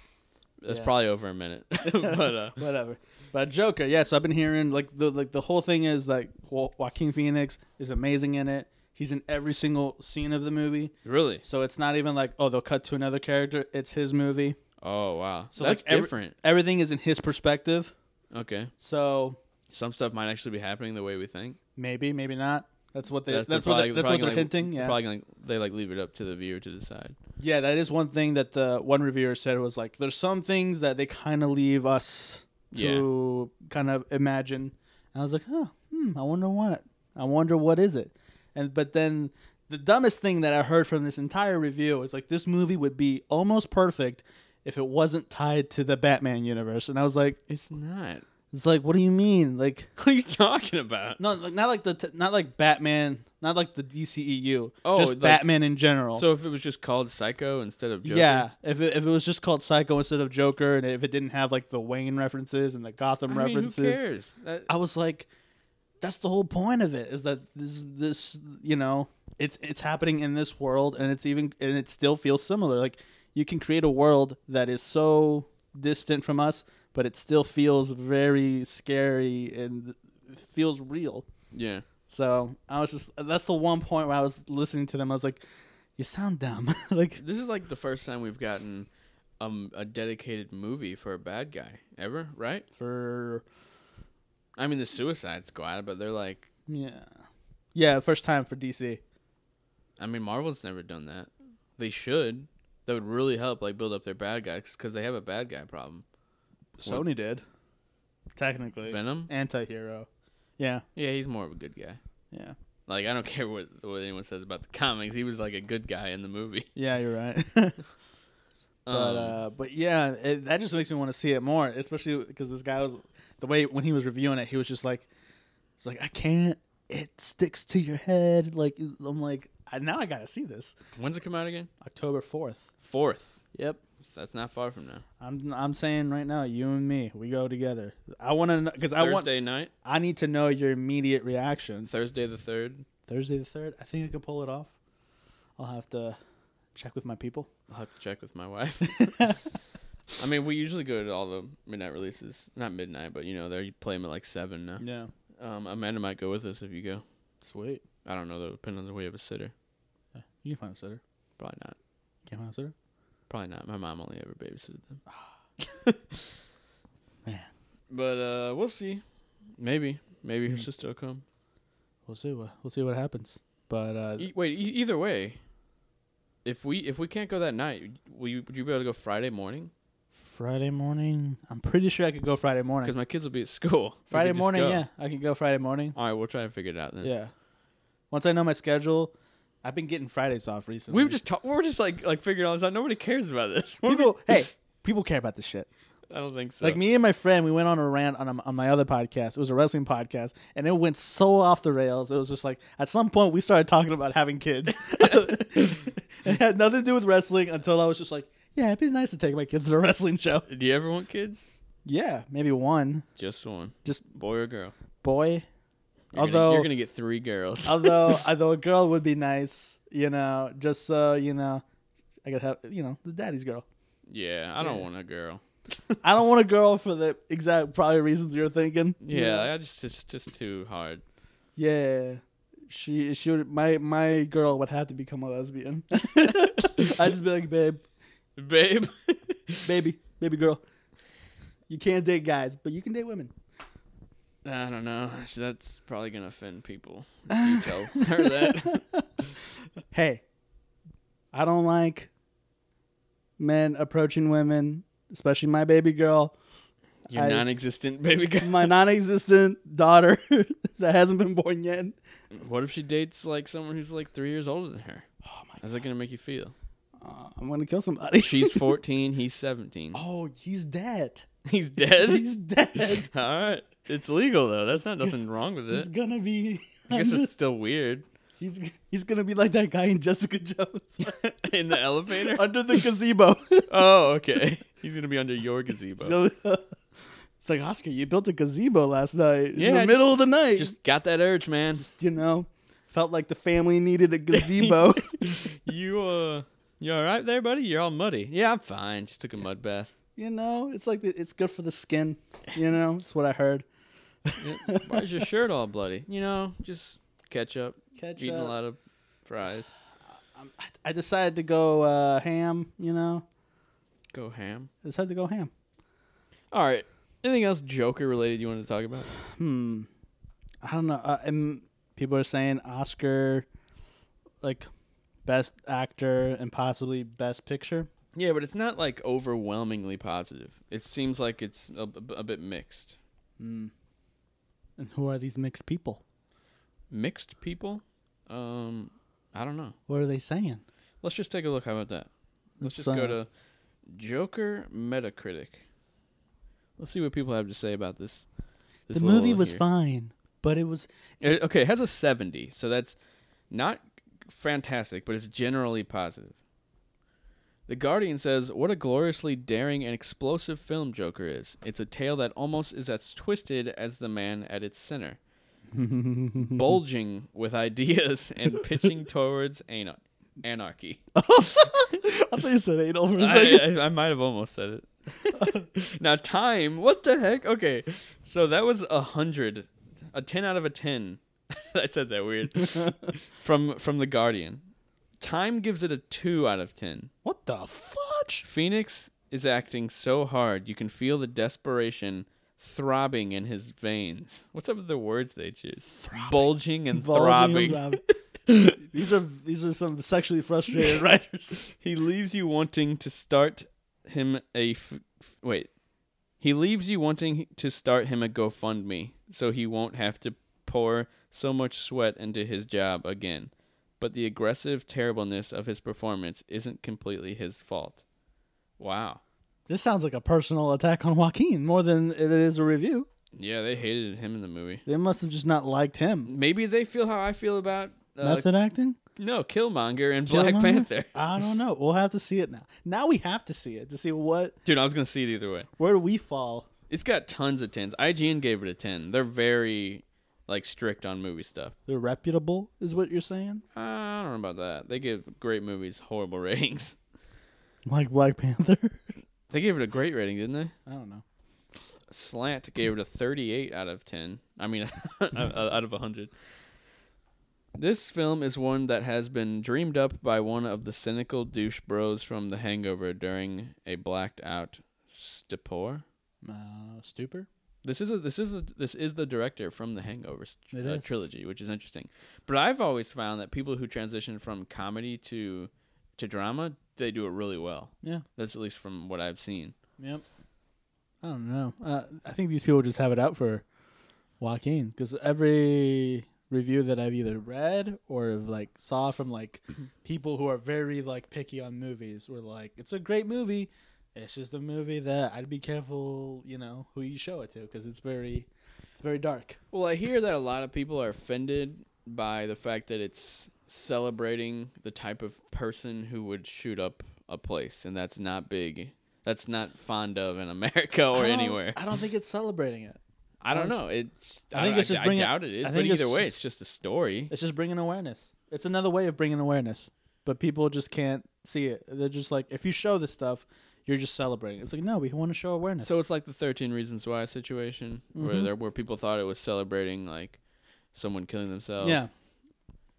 Speaker 2: That's
Speaker 3: Yeah.
Speaker 2: probably over a minute, but uh,
Speaker 3: Whatever. But Joker, yeah. So I've been hearing like the like the whole thing is like jo- Joaquin Phoenix is amazing in it. He's in every single scene of the movie.
Speaker 2: really.
Speaker 3: So it's not even like oh they'll cut to another character. It's his movie.
Speaker 2: Oh wow. So
Speaker 3: So
Speaker 2: that's
Speaker 3: like every-
Speaker 2: different.
Speaker 3: Everything is in his perspective.
Speaker 2: okay.
Speaker 3: So
Speaker 2: Some stuff might actually be happening the way we think.
Speaker 3: maybe maybe not. That's what they. That's,
Speaker 2: they're
Speaker 3: what
Speaker 2: probably-
Speaker 3: they, that's what they're
Speaker 2: probably gonna, like,
Speaker 3: hinting. Yeah.
Speaker 2: Probably gonna, they like leave it up to the viewer to decide.
Speaker 3: Yeah, that is one thing that the one reviewer said was like, there's some things that they kind of leave us to kind of imagine. And I was like, oh, hmm, I wonder what. I wonder what is it. And but then the dumbest thing that I heard from this entire review is like, this movie would be almost perfect if it wasn't tied to the Batman universe. And I was like,
Speaker 2: It's not.
Speaker 3: it's like, what do you mean? Like,
Speaker 2: What are you talking about?
Speaker 3: no, like, not like the t- not like Batman, not like the DCEU.
Speaker 2: Oh,
Speaker 3: just
Speaker 2: like-
Speaker 3: Batman in general.
Speaker 2: So if it was just called Psycho instead of Joker,
Speaker 3: Yeah, if it, if it was just called Psycho instead of Joker, and if it didn't have like the Wayne references and the Gotham
Speaker 2: I mean,
Speaker 3: references,
Speaker 2: who cares? That-
Speaker 3: I was like, that's the whole point of it is that this this you know it's it's happening in this world, and it's even and it still feels similar. Like you can create a world that is so distant from us, but it still feels very scary and feels real.
Speaker 2: yeah.
Speaker 3: So I was just that's the one point where I was listening to them. I was like, you sound dumb. like
Speaker 2: This is like the first time we've gotten um, a dedicated movie for a bad guy ever, right?
Speaker 3: for
Speaker 2: I mean, the Suicide Squad, but they're like,
Speaker 3: Yeah. Yeah, first time for DC.
Speaker 2: I mean, Marvel's never done that. They should. That would really help, like, build up their bad guys because they have a bad guy problem. Sony
Speaker 3: did. Technically.
Speaker 2: Venom,
Speaker 3: Anti hero. Yeah.
Speaker 2: yeah, he's more of a good guy.
Speaker 3: Yeah.
Speaker 2: Like, I don't care what what anyone says about the comics. He was like a good guy in the movie.
Speaker 3: Yeah, you're right. but
Speaker 2: Um,
Speaker 3: uh but yeah, it, that just makes me want to see it more, especially because this guy was the way when he was reviewing it, he was just like it's like I can't it sticks to your head like I'm like I, now I got to see this.
Speaker 2: When's it come out again?
Speaker 3: October 4th.
Speaker 2: Fourth.
Speaker 3: Yep.
Speaker 2: That's not far from now.
Speaker 3: I'm I'm saying right now, you and me, we go together. I want to cuz I want
Speaker 2: Thursday night,
Speaker 3: I need to know your immediate reaction.
Speaker 2: Thursday the third.
Speaker 3: Thursday the third. I think I could pull it off. I'll have to check with my people.
Speaker 2: I'll have to check with my wife. I mean, we usually go to all the midnight releases. Not midnight, but you know, they play them at like seven now.
Speaker 3: Yeah.
Speaker 2: Um, Amanda might go with us if you go.
Speaker 3: Sweet.
Speaker 2: I don't know though. Depending on the way of a sitter,
Speaker 3: You can find a sitter.
Speaker 2: probably not.
Speaker 3: Can't find a sitter.
Speaker 2: Probably not. My mom only ever babysitted them.
Speaker 3: Man.
Speaker 2: But uh, we'll see. Maybe, maybe her
Speaker 3: Mm.
Speaker 2: sister will come.
Speaker 3: We'll see what we'll see what happens. But uh,
Speaker 2: E- wait, e- either way, if we if we can't go that night, will you, would you be able to go Friday morning?
Speaker 3: Friday morning, I'm pretty sure I could go Friday morning.
Speaker 2: Because my kids will be at school. We
Speaker 3: Friday
Speaker 2: could just
Speaker 3: morning,
Speaker 2: go.
Speaker 3: yeah, I could go Friday morning.
Speaker 2: All right, we'll try and figure it out then.
Speaker 3: Yeah. Once I know my schedule, I've been getting Fridays off recently.
Speaker 2: We were just talk- we we're just like like figuring all this out. Nobody cares about this. We're-
Speaker 3: people. hey, people care about this shit.
Speaker 2: I don't think so.
Speaker 3: Like me and my friend, we went on a rant on, on my other podcast. It was a wrestling podcast, and it went so off the rails. It was just like at some point we started talking about having kids. it had nothing to do with wrestling until I was just like, yeah, it'd be nice to take my kids to a wrestling show.
Speaker 2: Do you ever want kids?
Speaker 3: Yeah, maybe one,
Speaker 2: Just one,
Speaker 3: just
Speaker 2: boy or girl.
Speaker 3: boy.
Speaker 2: You're gonna-
Speaker 3: Although-
Speaker 2: you're gonna get three girls.
Speaker 3: although although a girl would be nice, you know, just so you know, I could have you know the daddy's girl.
Speaker 2: yeah, I don't
Speaker 3: Yeah.
Speaker 2: want a girl.
Speaker 3: I don't want a girl for the exact probably reasons you're thinking. you
Speaker 2: Yeah,
Speaker 3: know?
Speaker 2: I just it's just too hard.
Speaker 3: Yeah. she she would my my girl would have to become a lesbian. I'd just be like, babe,
Speaker 2: babe.
Speaker 3: baby, baby girl. You can't date guys, but you can date women.
Speaker 2: I don't know. That's probably gonna offend people. if you tell her that.
Speaker 3: Hey, I don't like men approaching women, especially my baby girl,
Speaker 2: Your
Speaker 3: I-
Speaker 2: non-existent baby guy.
Speaker 3: my non-existent daughter that hasn't been born yet.
Speaker 2: What if she dates like someone who's like three years older than her?
Speaker 3: Oh my!
Speaker 2: How's that gonna make you feel?
Speaker 3: Uh, I'm gonna kill somebody.
Speaker 2: She's fourteen. He's seventeen.
Speaker 3: oh, he's dead.
Speaker 2: He's dead.
Speaker 3: He's dead.
Speaker 2: All right. It's legal though. That's not nothing wrong with
Speaker 3: He's
Speaker 2: it.
Speaker 3: gonna be.
Speaker 2: I guess it's still weird.
Speaker 3: he's he's gonna be like that guy in Jessica Jones
Speaker 2: In the elevator.
Speaker 3: under the gazebo.
Speaker 2: Oh, okay. He's gonna be under your gazebo.
Speaker 3: So, it's like Oscar, you built a gazebo last night
Speaker 2: Yeah,
Speaker 3: in the
Speaker 2: just-
Speaker 3: middle of the night.
Speaker 2: Just got that urge, man.
Speaker 3: you know, felt like the family needed a gazebo.
Speaker 2: You uh, you all right there, buddy? You're all muddy. Yeah, I'm fine. Just took a mud bath.
Speaker 3: you know, it's like the, it's good for the skin. You know, it's what I heard.
Speaker 2: Yeah. Why's your shirt all bloody? You know, just ketchup.
Speaker 3: Ketchup.
Speaker 2: Eating a lot of fries.
Speaker 3: Um, I decided to go uh, ham. You know,
Speaker 2: Go ham.
Speaker 3: I decided to go ham.
Speaker 2: All right. Anything else Joker related you want to talk about?
Speaker 3: Hmm. I don't know. Uh, and people are saying Oscar, like, best actor and possibly best picture.
Speaker 2: Yeah, but it's not like overwhelmingly positive. It seems like it's a, a- a bit mixed. Mm.
Speaker 3: And who are these mixed people?
Speaker 2: Mixed people? Um, I don't know.
Speaker 3: What are they saying?
Speaker 2: Let's just take a look. How about that? Let's
Speaker 3: It's,
Speaker 2: just go
Speaker 3: uh,
Speaker 2: to Joker Metacritic. Let's see what people have to say about this. this
Speaker 3: the movie
Speaker 2: little
Speaker 3: was
Speaker 2: here.
Speaker 3: fine, but it was
Speaker 2: It- okay, it has a 70, so that's not fantastic, but it's generally positive. The Guardian says, What a gloriously daring and explosive film Joker is. It's a tale that almost is as twisted as the man at its center, bulging with ideas and pitching towards anar- anarchy.
Speaker 3: I thought you said anal for a second.
Speaker 2: I, I, I might have almost said it. now time. What the heck? Okay, so that was a hundred, a ten out of a ten. I said that weird. from from the Guardian, Time gives it a two out of ten.
Speaker 3: What the fudge?
Speaker 2: Phoenix is acting so hard you can feel the desperation throbbing in his veins. What's up with the words they choose? Bulging and throbbing.
Speaker 3: these are these are some sexually frustrated writers.
Speaker 2: He leaves you wanting to start him a f- f- wait. He leaves you wanting to start him a GoFundMe so he won't have to pour so much sweat into his job again. But the aggressive terribleness of his performance isn't completely his fault. Wow.
Speaker 3: This sounds like a personal attack on Joaquin more than it is a review.
Speaker 2: Yeah, they hated him in the movie.
Speaker 3: They must have just not liked him.
Speaker 2: Maybe they feel how I feel about uh,
Speaker 3: Method acting?
Speaker 2: no Killmonger and Black
Speaker 3: Killmonger?
Speaker 2: Panther.
Speaker 3: I don't know. We'll have to see it now. Now we have to see it to see what
Speaker 2: Dude, I was gonna see it either way.
Speaker 3: where do we fall.
Speaker 2: It's got tons of tens. IGN gave it a ten. They're very like strict on movie stuff.
Speaker 3: They're reputable, is what you're saying?
Speaker 2: Uh, I don't know about that. They give great movies horrible ratings.
Speaker 3: Like Black Panther?
Speaker 2: They gave it a great rating, didn't they?
Speaker 3: I don't know.
Speaker 2: Slant gave it a 38 out of 10. I mean, out of 100. This film is one that has been dreamed up by one of the cynical douche bros from The Hangover during a blacked out stupor.
Speaker 3: Uh, stupor?
Speaker 2: This is a, this is the this is the director from the Hangover s-
Speaker 3: It
Speaker 2: uh,
Speaker 3: is.
Speaker 2: trilogy, which is interesting. But I've always found that people who transition from comedy to to drama, they do it really well.
Speaker 3: Yeah.
Speaker 2: That's at least from what I've seen.
Speaker 3: Yep. I don't know. Uh, I think these people just have it out for Joaquin because every review that I've either read or like saw from like people who are very like picky on movies were like, "It's a great movie. It's just a movie that I'd be careful, you know, who you show it to because it's very, it's very dark."
Speaker 2: Well, I hear that a lot of people are offended by the fact that it's celebrating the type of person who would shoot up a place, and that's not big. That's not fond of in America or
Speaker 3: I don't-
Speaker 2: anywhere.
Speaker 3: I don't think it's celebrating it.
Speaker 2: I don't know. It's
Speaker 3: I think it's just
Speaker 2: I,
Speaker 3: bringing-
Speaker 2: doubt it is,
Speaker 3: I
Speaker 2: but
Speaker 3: think it's
Speaker 2: either way,
Speaker 3: just-
Speaker 2: it's just a story.
Speaker 3: It's just bringing awareness. It's another way of bringing awareness, but people just can't see it. They're just like, if you show this stuff, you're just celebrating. It's like, no, we want to show awareness.
Speaker 2: So it's like the Thirteen Reasons Why
Speaker 3: Mm-hmm.
Speaker 2: uh, situation, where there, where people thought it was celebrating like someone killing themselves.
Speaker 3: yeah,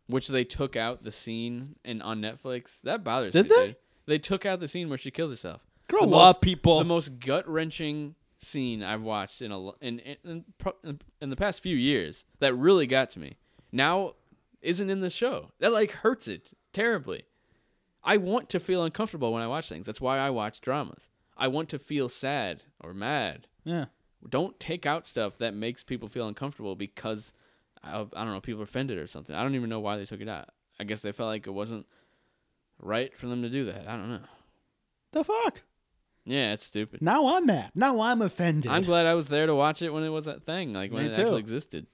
Speaker 2: which they took out the scene and on Netflix. That bothers
Speaker 3: Did
Speaker 2: me.
Speaker 3: they?
Speaker 2: dude. They took out the scene where she kills herself.
Speaker 3: Grow
Speaker 2: The
Speaker 3: up,
Speaker 2: most-
Speaker 3: people.
Speaker 2: The most gut wrenching scene I've watched in a lo- in, in in pro- in the past few years that really got to me. Now isn't in the show. That like hurts it terribly. I want to feel uncomfortable when I watch things. That's why I watch dramas. I want to feel sad or mad.
Speaker 3: yeah.
Speaker 2: Don't take out stuff that makes people feel uncomfortable because of, I don't know people are offended or something. I don't even know why they took it out. I guess they felt like it wasn't right for them to do that. I don't know.
Speaker 3: The fuck?
Speaker 2: Yeah, it's stupid.
Speaker 3: Now I'm mad. Now I'm offended.
Speaker 2: I'm glad I was there to watch it when it was that thing, like when
Speaker 3: Me
Speaker 2: it
Speaker 3: too.
Speaker 2: actually existed.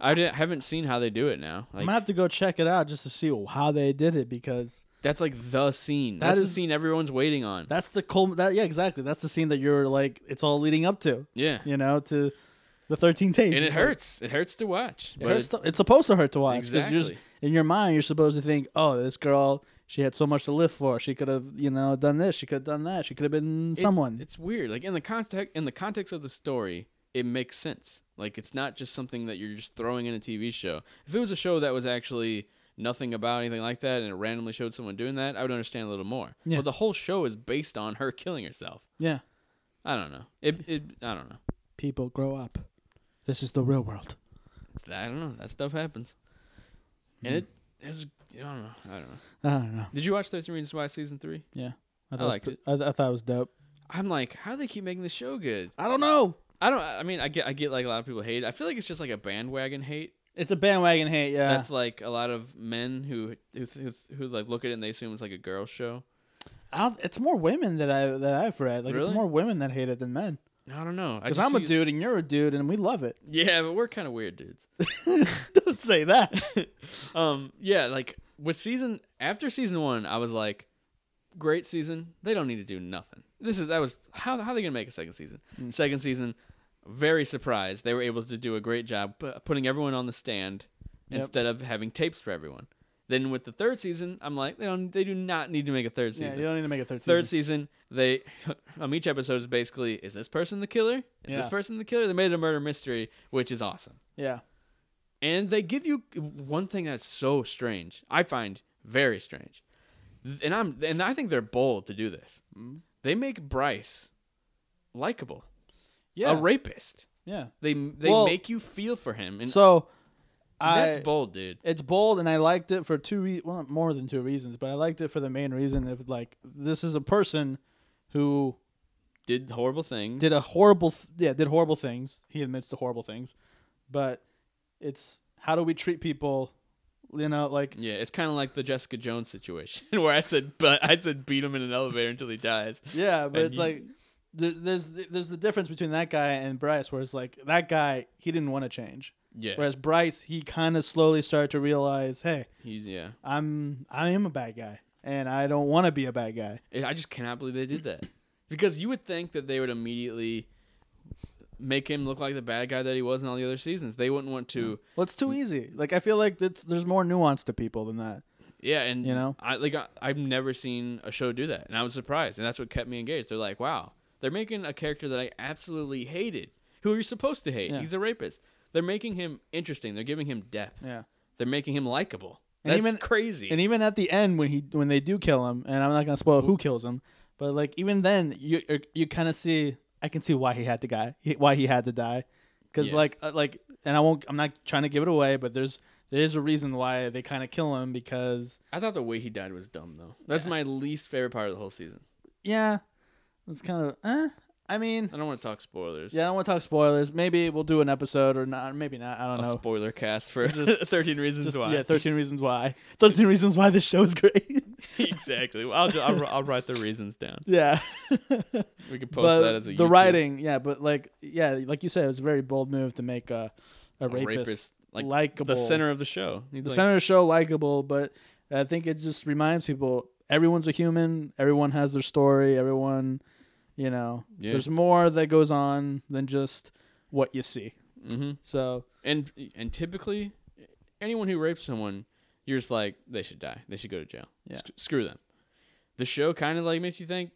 Speaker 2: I didn't, haven't seen how they do it now.
Speaker 3: I'm
Speaker 2: Like
Speaker 3: gonna have to go check it out just to see how they did it because
Speaker 2: that's like the scene.
Speaker 3: That
Speaker 2: that's the
Speaker 3: is-
Speaker 2: scene everyone's waiting on.
Speaker 3: that's the culm. That yeah, exactly. That's the scene that you're like. It's all leading up to.
Speaker 2: yeah,
Speaker 3: You know, to the 13 tapes.
Speaker 2: and it
Speaker 3: It's like-
Speaker 2: hurts. it hurts to watch.
Speaker 3: It
Speaker 2: but
Speaker 3: hurts
Speaker 2: it-
Speaker 3: to- it's supposed to hurt to watch because
Speaker 2: Exactly.
Speaker 3: in your mind you're supposed to think, oh, this girl, she had so much to live for. She could have, you know, done this. She could have done that. She could have been
Speaker 2: it's-
Speaker 3: someone.
Speaker 2: It's weird. Like in the context in the context of the story, it makes sense. Like it's not just something that you're just throwing in a TV show. If it was a show that was actually nothing about anything like that and it randomly showed someone doing that, I would understand a little more.
Speaker 3: Yeah.
Speaker 2: But the whole show is based on her killing herself.
Speaker 3: yeah,
Speaker 2: I don't know. It, it I don't know.
Speaker 3: people grow up. This is the real world.
Speaker 2: It's- I don't know. That stuff happens. And it is. I don't know. I don't know.
Speaker 3: I don't know.
Speaker 2: Did you watch Thirteen Reasons Why season three?
Speaker 3: Yeah, I,
Speaker 2: liked
Speaker 3: it. was, pre- I, I thought it was dope.
Speaker 2: I'm like, how do they keep making this show good?
Speaker 3: I don't know.
Speaker 2: I don't. I mean, I get. I get like a lot of people hate it. I feel like it's just like a bandwagon hate.
Speaker 3: It's a bandwagon hate. Yeah,
Speaker 2: That's like a lot of men who who who, who like look at it and they assume it's like a girl show.
Speaker 3: I don't, it's more women that I that I've read. Like it's
Speaker 2: Really?
Speaker 3: more women that hate it than men.
Speaker 2: I don't know. I
Speaker 3: Because
Speaker 2: just
Speaker 3: I'm a
Speaker 2: see-
Speaker 3: dude and you're a dude and we love it.
Speaker 2: Yeah, but we're kind of weird dudes.
Speaker 3: don't say that.
Speaker 2: um. Yeah. Like with season after season one, I was like, great season. They don't need to do nothing. This is that was how how they gonna make a second season. Second season, very surprised they were able to do a great job pu- putting everyone on the stand
Speaker 3: Yep.
Speaker 2: instead of having tapes for everyone. Then with the third season, I'm like, they don't they do not need to make a third season.
Speaker 3: Yeah, you don't need to make a third,
Speaker 2: Third
Speaker 3: season.
Speaker 2: season, they um each episode is basically is this person the killer? Is this
Speaker 3: Yeah.
Speaker 2: person the killer? They made it a murder mystery, which is awesome.
Speaker 3: Yeah.
Speaker 2: And they give you one thing that's so strange. I find very strange. Th- And I'm and I think they're bold to do this.
Speaker 3: Mm-hmm.
Speaker 2: They make Bryce likable.
Speaker 3: Yeah.
Speaker 2: A rapist.
Speaker 3: yeah.
Speaker 2: They they
Speaker 3: Well-
Speaker 2: make you feel for him and
Speaker 3: So
Speaker 2: that's
Speaker 3: I,
Speaker 2: bold, dude.
Speaker 3: it's bold and I liked it for two re- well more than two reasons, but I liked it for the main reason of like this is a person who
Speaker 2: Did horrible things.
Speaker 3: did a horrible th- yeah, did horrible things. He admits to horrible things. But it's how do we treat people you know like
Speaker 2: yeah, it's kind of like the Jessica Jones situation where I said, but I said beat him in an elevator until he dies.
Speaker 3: Yeah, but
Speaker 2: And
Speaker 3: it's
Speaker 2: you-
Speaker 3: like th- there's there's the difference between that guy and Bryce, where it's like that guy he didn't want to change,
Speaker 2: Yeah,
Speaker 3: whereas Bryce he kind of slowly started to realize, hey,
Speaker 2: he's yeah.
Speaker 3: I'm I am a bad guy, and I don't want to be a bad guy.
Speaker 2: It- I just cannot believe they did that. Because you would think that they would immediately make him look like the bad guy that he was in all the other seasons. They wouldn't want to.
Speaker 3: Well, it's
Speaker 2: Mm.
Speaker 3: too easy. Like I feel like it's, there's more nuance to people than that.
Speaker 2: Yeah, and
Speaker 3: You know?
Speaker 2: I like I, I've never seen a show do that, and I was surprised, and that's what kept me engaged. They're like, wow, they're making a character that I absolutely hated, who you're supposed to hate.
Speaker 3: Yeah.
Speaker 2: He's a rapist. They're making him interesting. They're giving him depth.
Speaker 3: Yeah.
Speaker 2: They're making him likable.
Speaker 3: And
Speaker 2: That's
Speaker 3: even-
Speaker 2: crazy.
Speaker 3: And even at the end, when he when they do kill him, and I'm not gonna spoil who kills him, but like even then, you er, you kind of see I can see why he had to die, he- why he had to die, because
Speaker 2: Yeah.
Speaker 3: like uh, like and I won't I'm not trying to give it away, but there's there is a reason why they kind of kill him because
Speaker 2: I thought the way he died was dumb, though. That's my least favorite part of the whole season.
Speaker 3: yeah, it's kind of eh. I mean,
Speaker 2: I don't want to talk spoilers.
Speaker 3: yeah, I don't want to talk spoilers. Maybe we'll do an episode or not, maybe not. I
Speaker 2: a
Speaker 3: don't know.
Speaker 2: spoiler cast for
Speaker 3: Just-
Speaker 2: 13 Reasons
Speaker 3: Just,
Speaker 2: Why.
Speaker 3: yeah, thirteen reasons why. Thirteen reasons why this show is great.
Speaker 2: exactly. Well, I'll, ju- I'll, I'll write the reasons down.
Speaker 3: yeah.
Speaker 2: We can post
Speaker 3: but
Speaker 2: that as a
Speaker 3: the
Speaker 2: YouTube-
Speaker 3: writing, yeah, but like yeah, like you said, it was a very bold move to make a a,
Speaker 2: a rapist,
Speaker 3: rapist,
Speaker 2: like
Speaker 3: likable.
Speaker 2: the center of the show. He's
Speaker 3: the
Speaker 2: like,
Speaker 3: center of the show likable, but I think it just reminds people everyone's a human, everyone has their story, everyone, you know,
Speaker 2: Yeah.
Speaker 3: there's more that goes on than just what you see.
Speaker 2: hmm
Speaker 3: So
Speaker 2: And and typically, anyone who rapes someone, you're just like they should die. They should go to jail.
Speaker 3: Yeah.
Speaker 2: Sc- screw them. The show kind of like makes you think,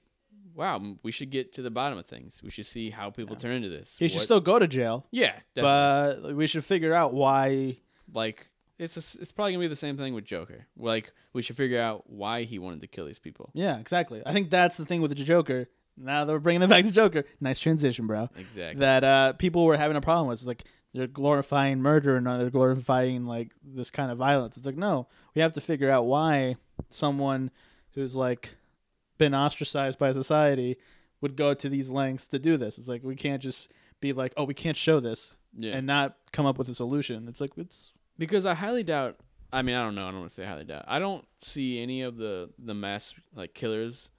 Speaker 2: wow, m- we should get to the bottom of things. We should see how people turn into this.
Speaker 3: he should
Speaker 2: What-
Speaker 3: still go to jail,
Speaker 2: yeah, definitely.
Speaker 3: but we should figure out why
Speaker 2: like it's a s it's probably gonna be the same thing with Joker. Like we should figure out why he wanted to kill these people.
Speaker 3: Yeah, exactly. I think that's the thing with the Joker. Now that we're bringing it back to Joker, nice transition, bro.
Speaker 2: Exactly.
Speaker 3: That uh, people were having a problem with. It's like they're glorifying murder and they're glorifying like this kind of violence. It's like no, we have to figure out why someone who's like been ostracized by society would go to these lengths to do this. It's like we can't just be like, oh, we can't show this
Speaker 2: yeah.
Speaker 3: and not come up with a solution. It's like it's
Speaker 2: because I highly doubt. I mean, I don't know. I don't want to say highly doubt. I don't see any of the the mass like killers.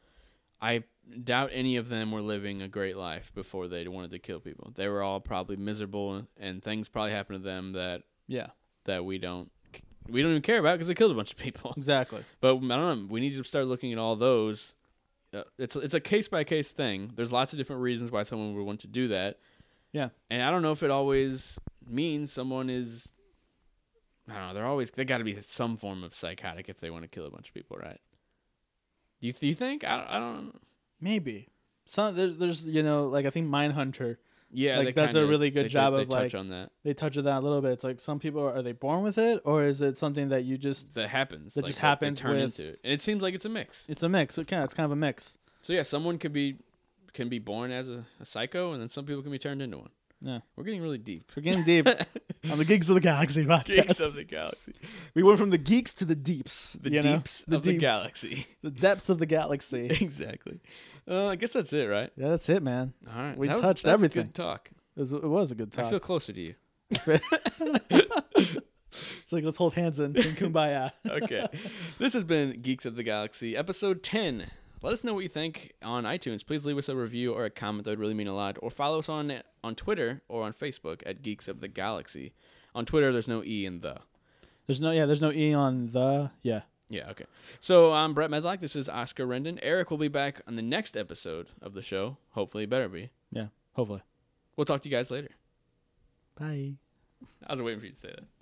Speaker 2: I doubt any of them were living a great life before they wanted to kill people. They were all probably miserable, and things probably happened to them that
Speaker 3: yeah,
Speaker 2: that we don't we don't even care about because they killed a bunch of people.
Speaker 3: exactly.
Speaker 2: But I don't know. We need to start looking at all those. Uh, It's it's a case by case thing. There's lots of different reasons why someone would want to do that.
Speaker 3: Yeah.
Speaker 2: And I don't know if it always means someone is. I don't know. They're always they got to be some form of psychotic if they want to kill a bunch of people, right? Do you, do you think? I, don't- I don't.
Speaker 3: Maybe some there's there's you know like I think Mindhunter
Speaker 2: Yeah,
Speaker 3: Like,
Speaker 2: they
Speaker 3: that's a
Speaker 2: kinda-
Speaker 3: really good
Speaker 2: they-
Speaker 3: job
Speaker 2: they
Speaker 3: of,
Speaker 2: touch
Speaker 3: like-
Speaker 2: on that.
Speaker 3: they touch on that a little bit. It's like some people are, are they born with it or is it something that you just
Speaker 2: That happens.
Speaker 3: That
Speaker 2: like,
Speaker 3: just
Speaker 2: they- they
Speaker 3: happens
Speaker 2: turn
Speaker 3: with-
Speaker 2: into it, and it seems like it's a mix.
Speaker 3: it's a mix. It kind of, it's kind of a mix.
Speaker 2: So yeah, someone could be can be born as a, a psycho, and then some people can be turned into one.
Speaker 3: Yeah.
Speaker 2: we're getting really deep.
Speaker 3: We're getting deep on the Geeks of the Galaxy podcast.
Speaker 2: the galaxy,
Speaker 3: we went from the geeks to the deeps.
Speaker 2: the
Speaker 3: you know?
Speaker 2: deeps of the galaxy.
Speaker 3: The depths of the galaxy.
Speaker 2: exactly. Uh, I guess that's it, right?
Speaker 3: Yeah, that's it, man.
Speaker 2: All right,
Speaker 3: We
Speaker 2: that was-
Speaker 3: touched
Speaker 2: that's
Speaker 3: everything.
Speaker 2: Good talk.
Speaker 3: It was, it was a good
Speaker 2: I feel
Speaker 3: talk.
Speaker 2: closer to you.
Speaker 3: It's like let's hold hands and sing kumbaya.
Speaker 2: Okay, this has been Geeks of the Galaxy, episode ten. Let us know what you think on iTunes. Please leave us a review or a comment; that would really mean a lot. Or follow us on on Twitter or on Facebook at Geeks of the Galaxy. On Twitter, there's no e in the.
Speaker 3: There's no yeah. There's no e on the yeah.
Speaker 2: Yeah, okay. So I'm Brett Medlock. This is Oscar Rendon. Eric will be back on the next episode of the show. Hopefully, better be.
Speaker 3: Yeah. Hopefully.
Speaker 2: We'll talk to you guys later.
Speaker 3: Bye.
Speaker 2: I was waiting for you to say that.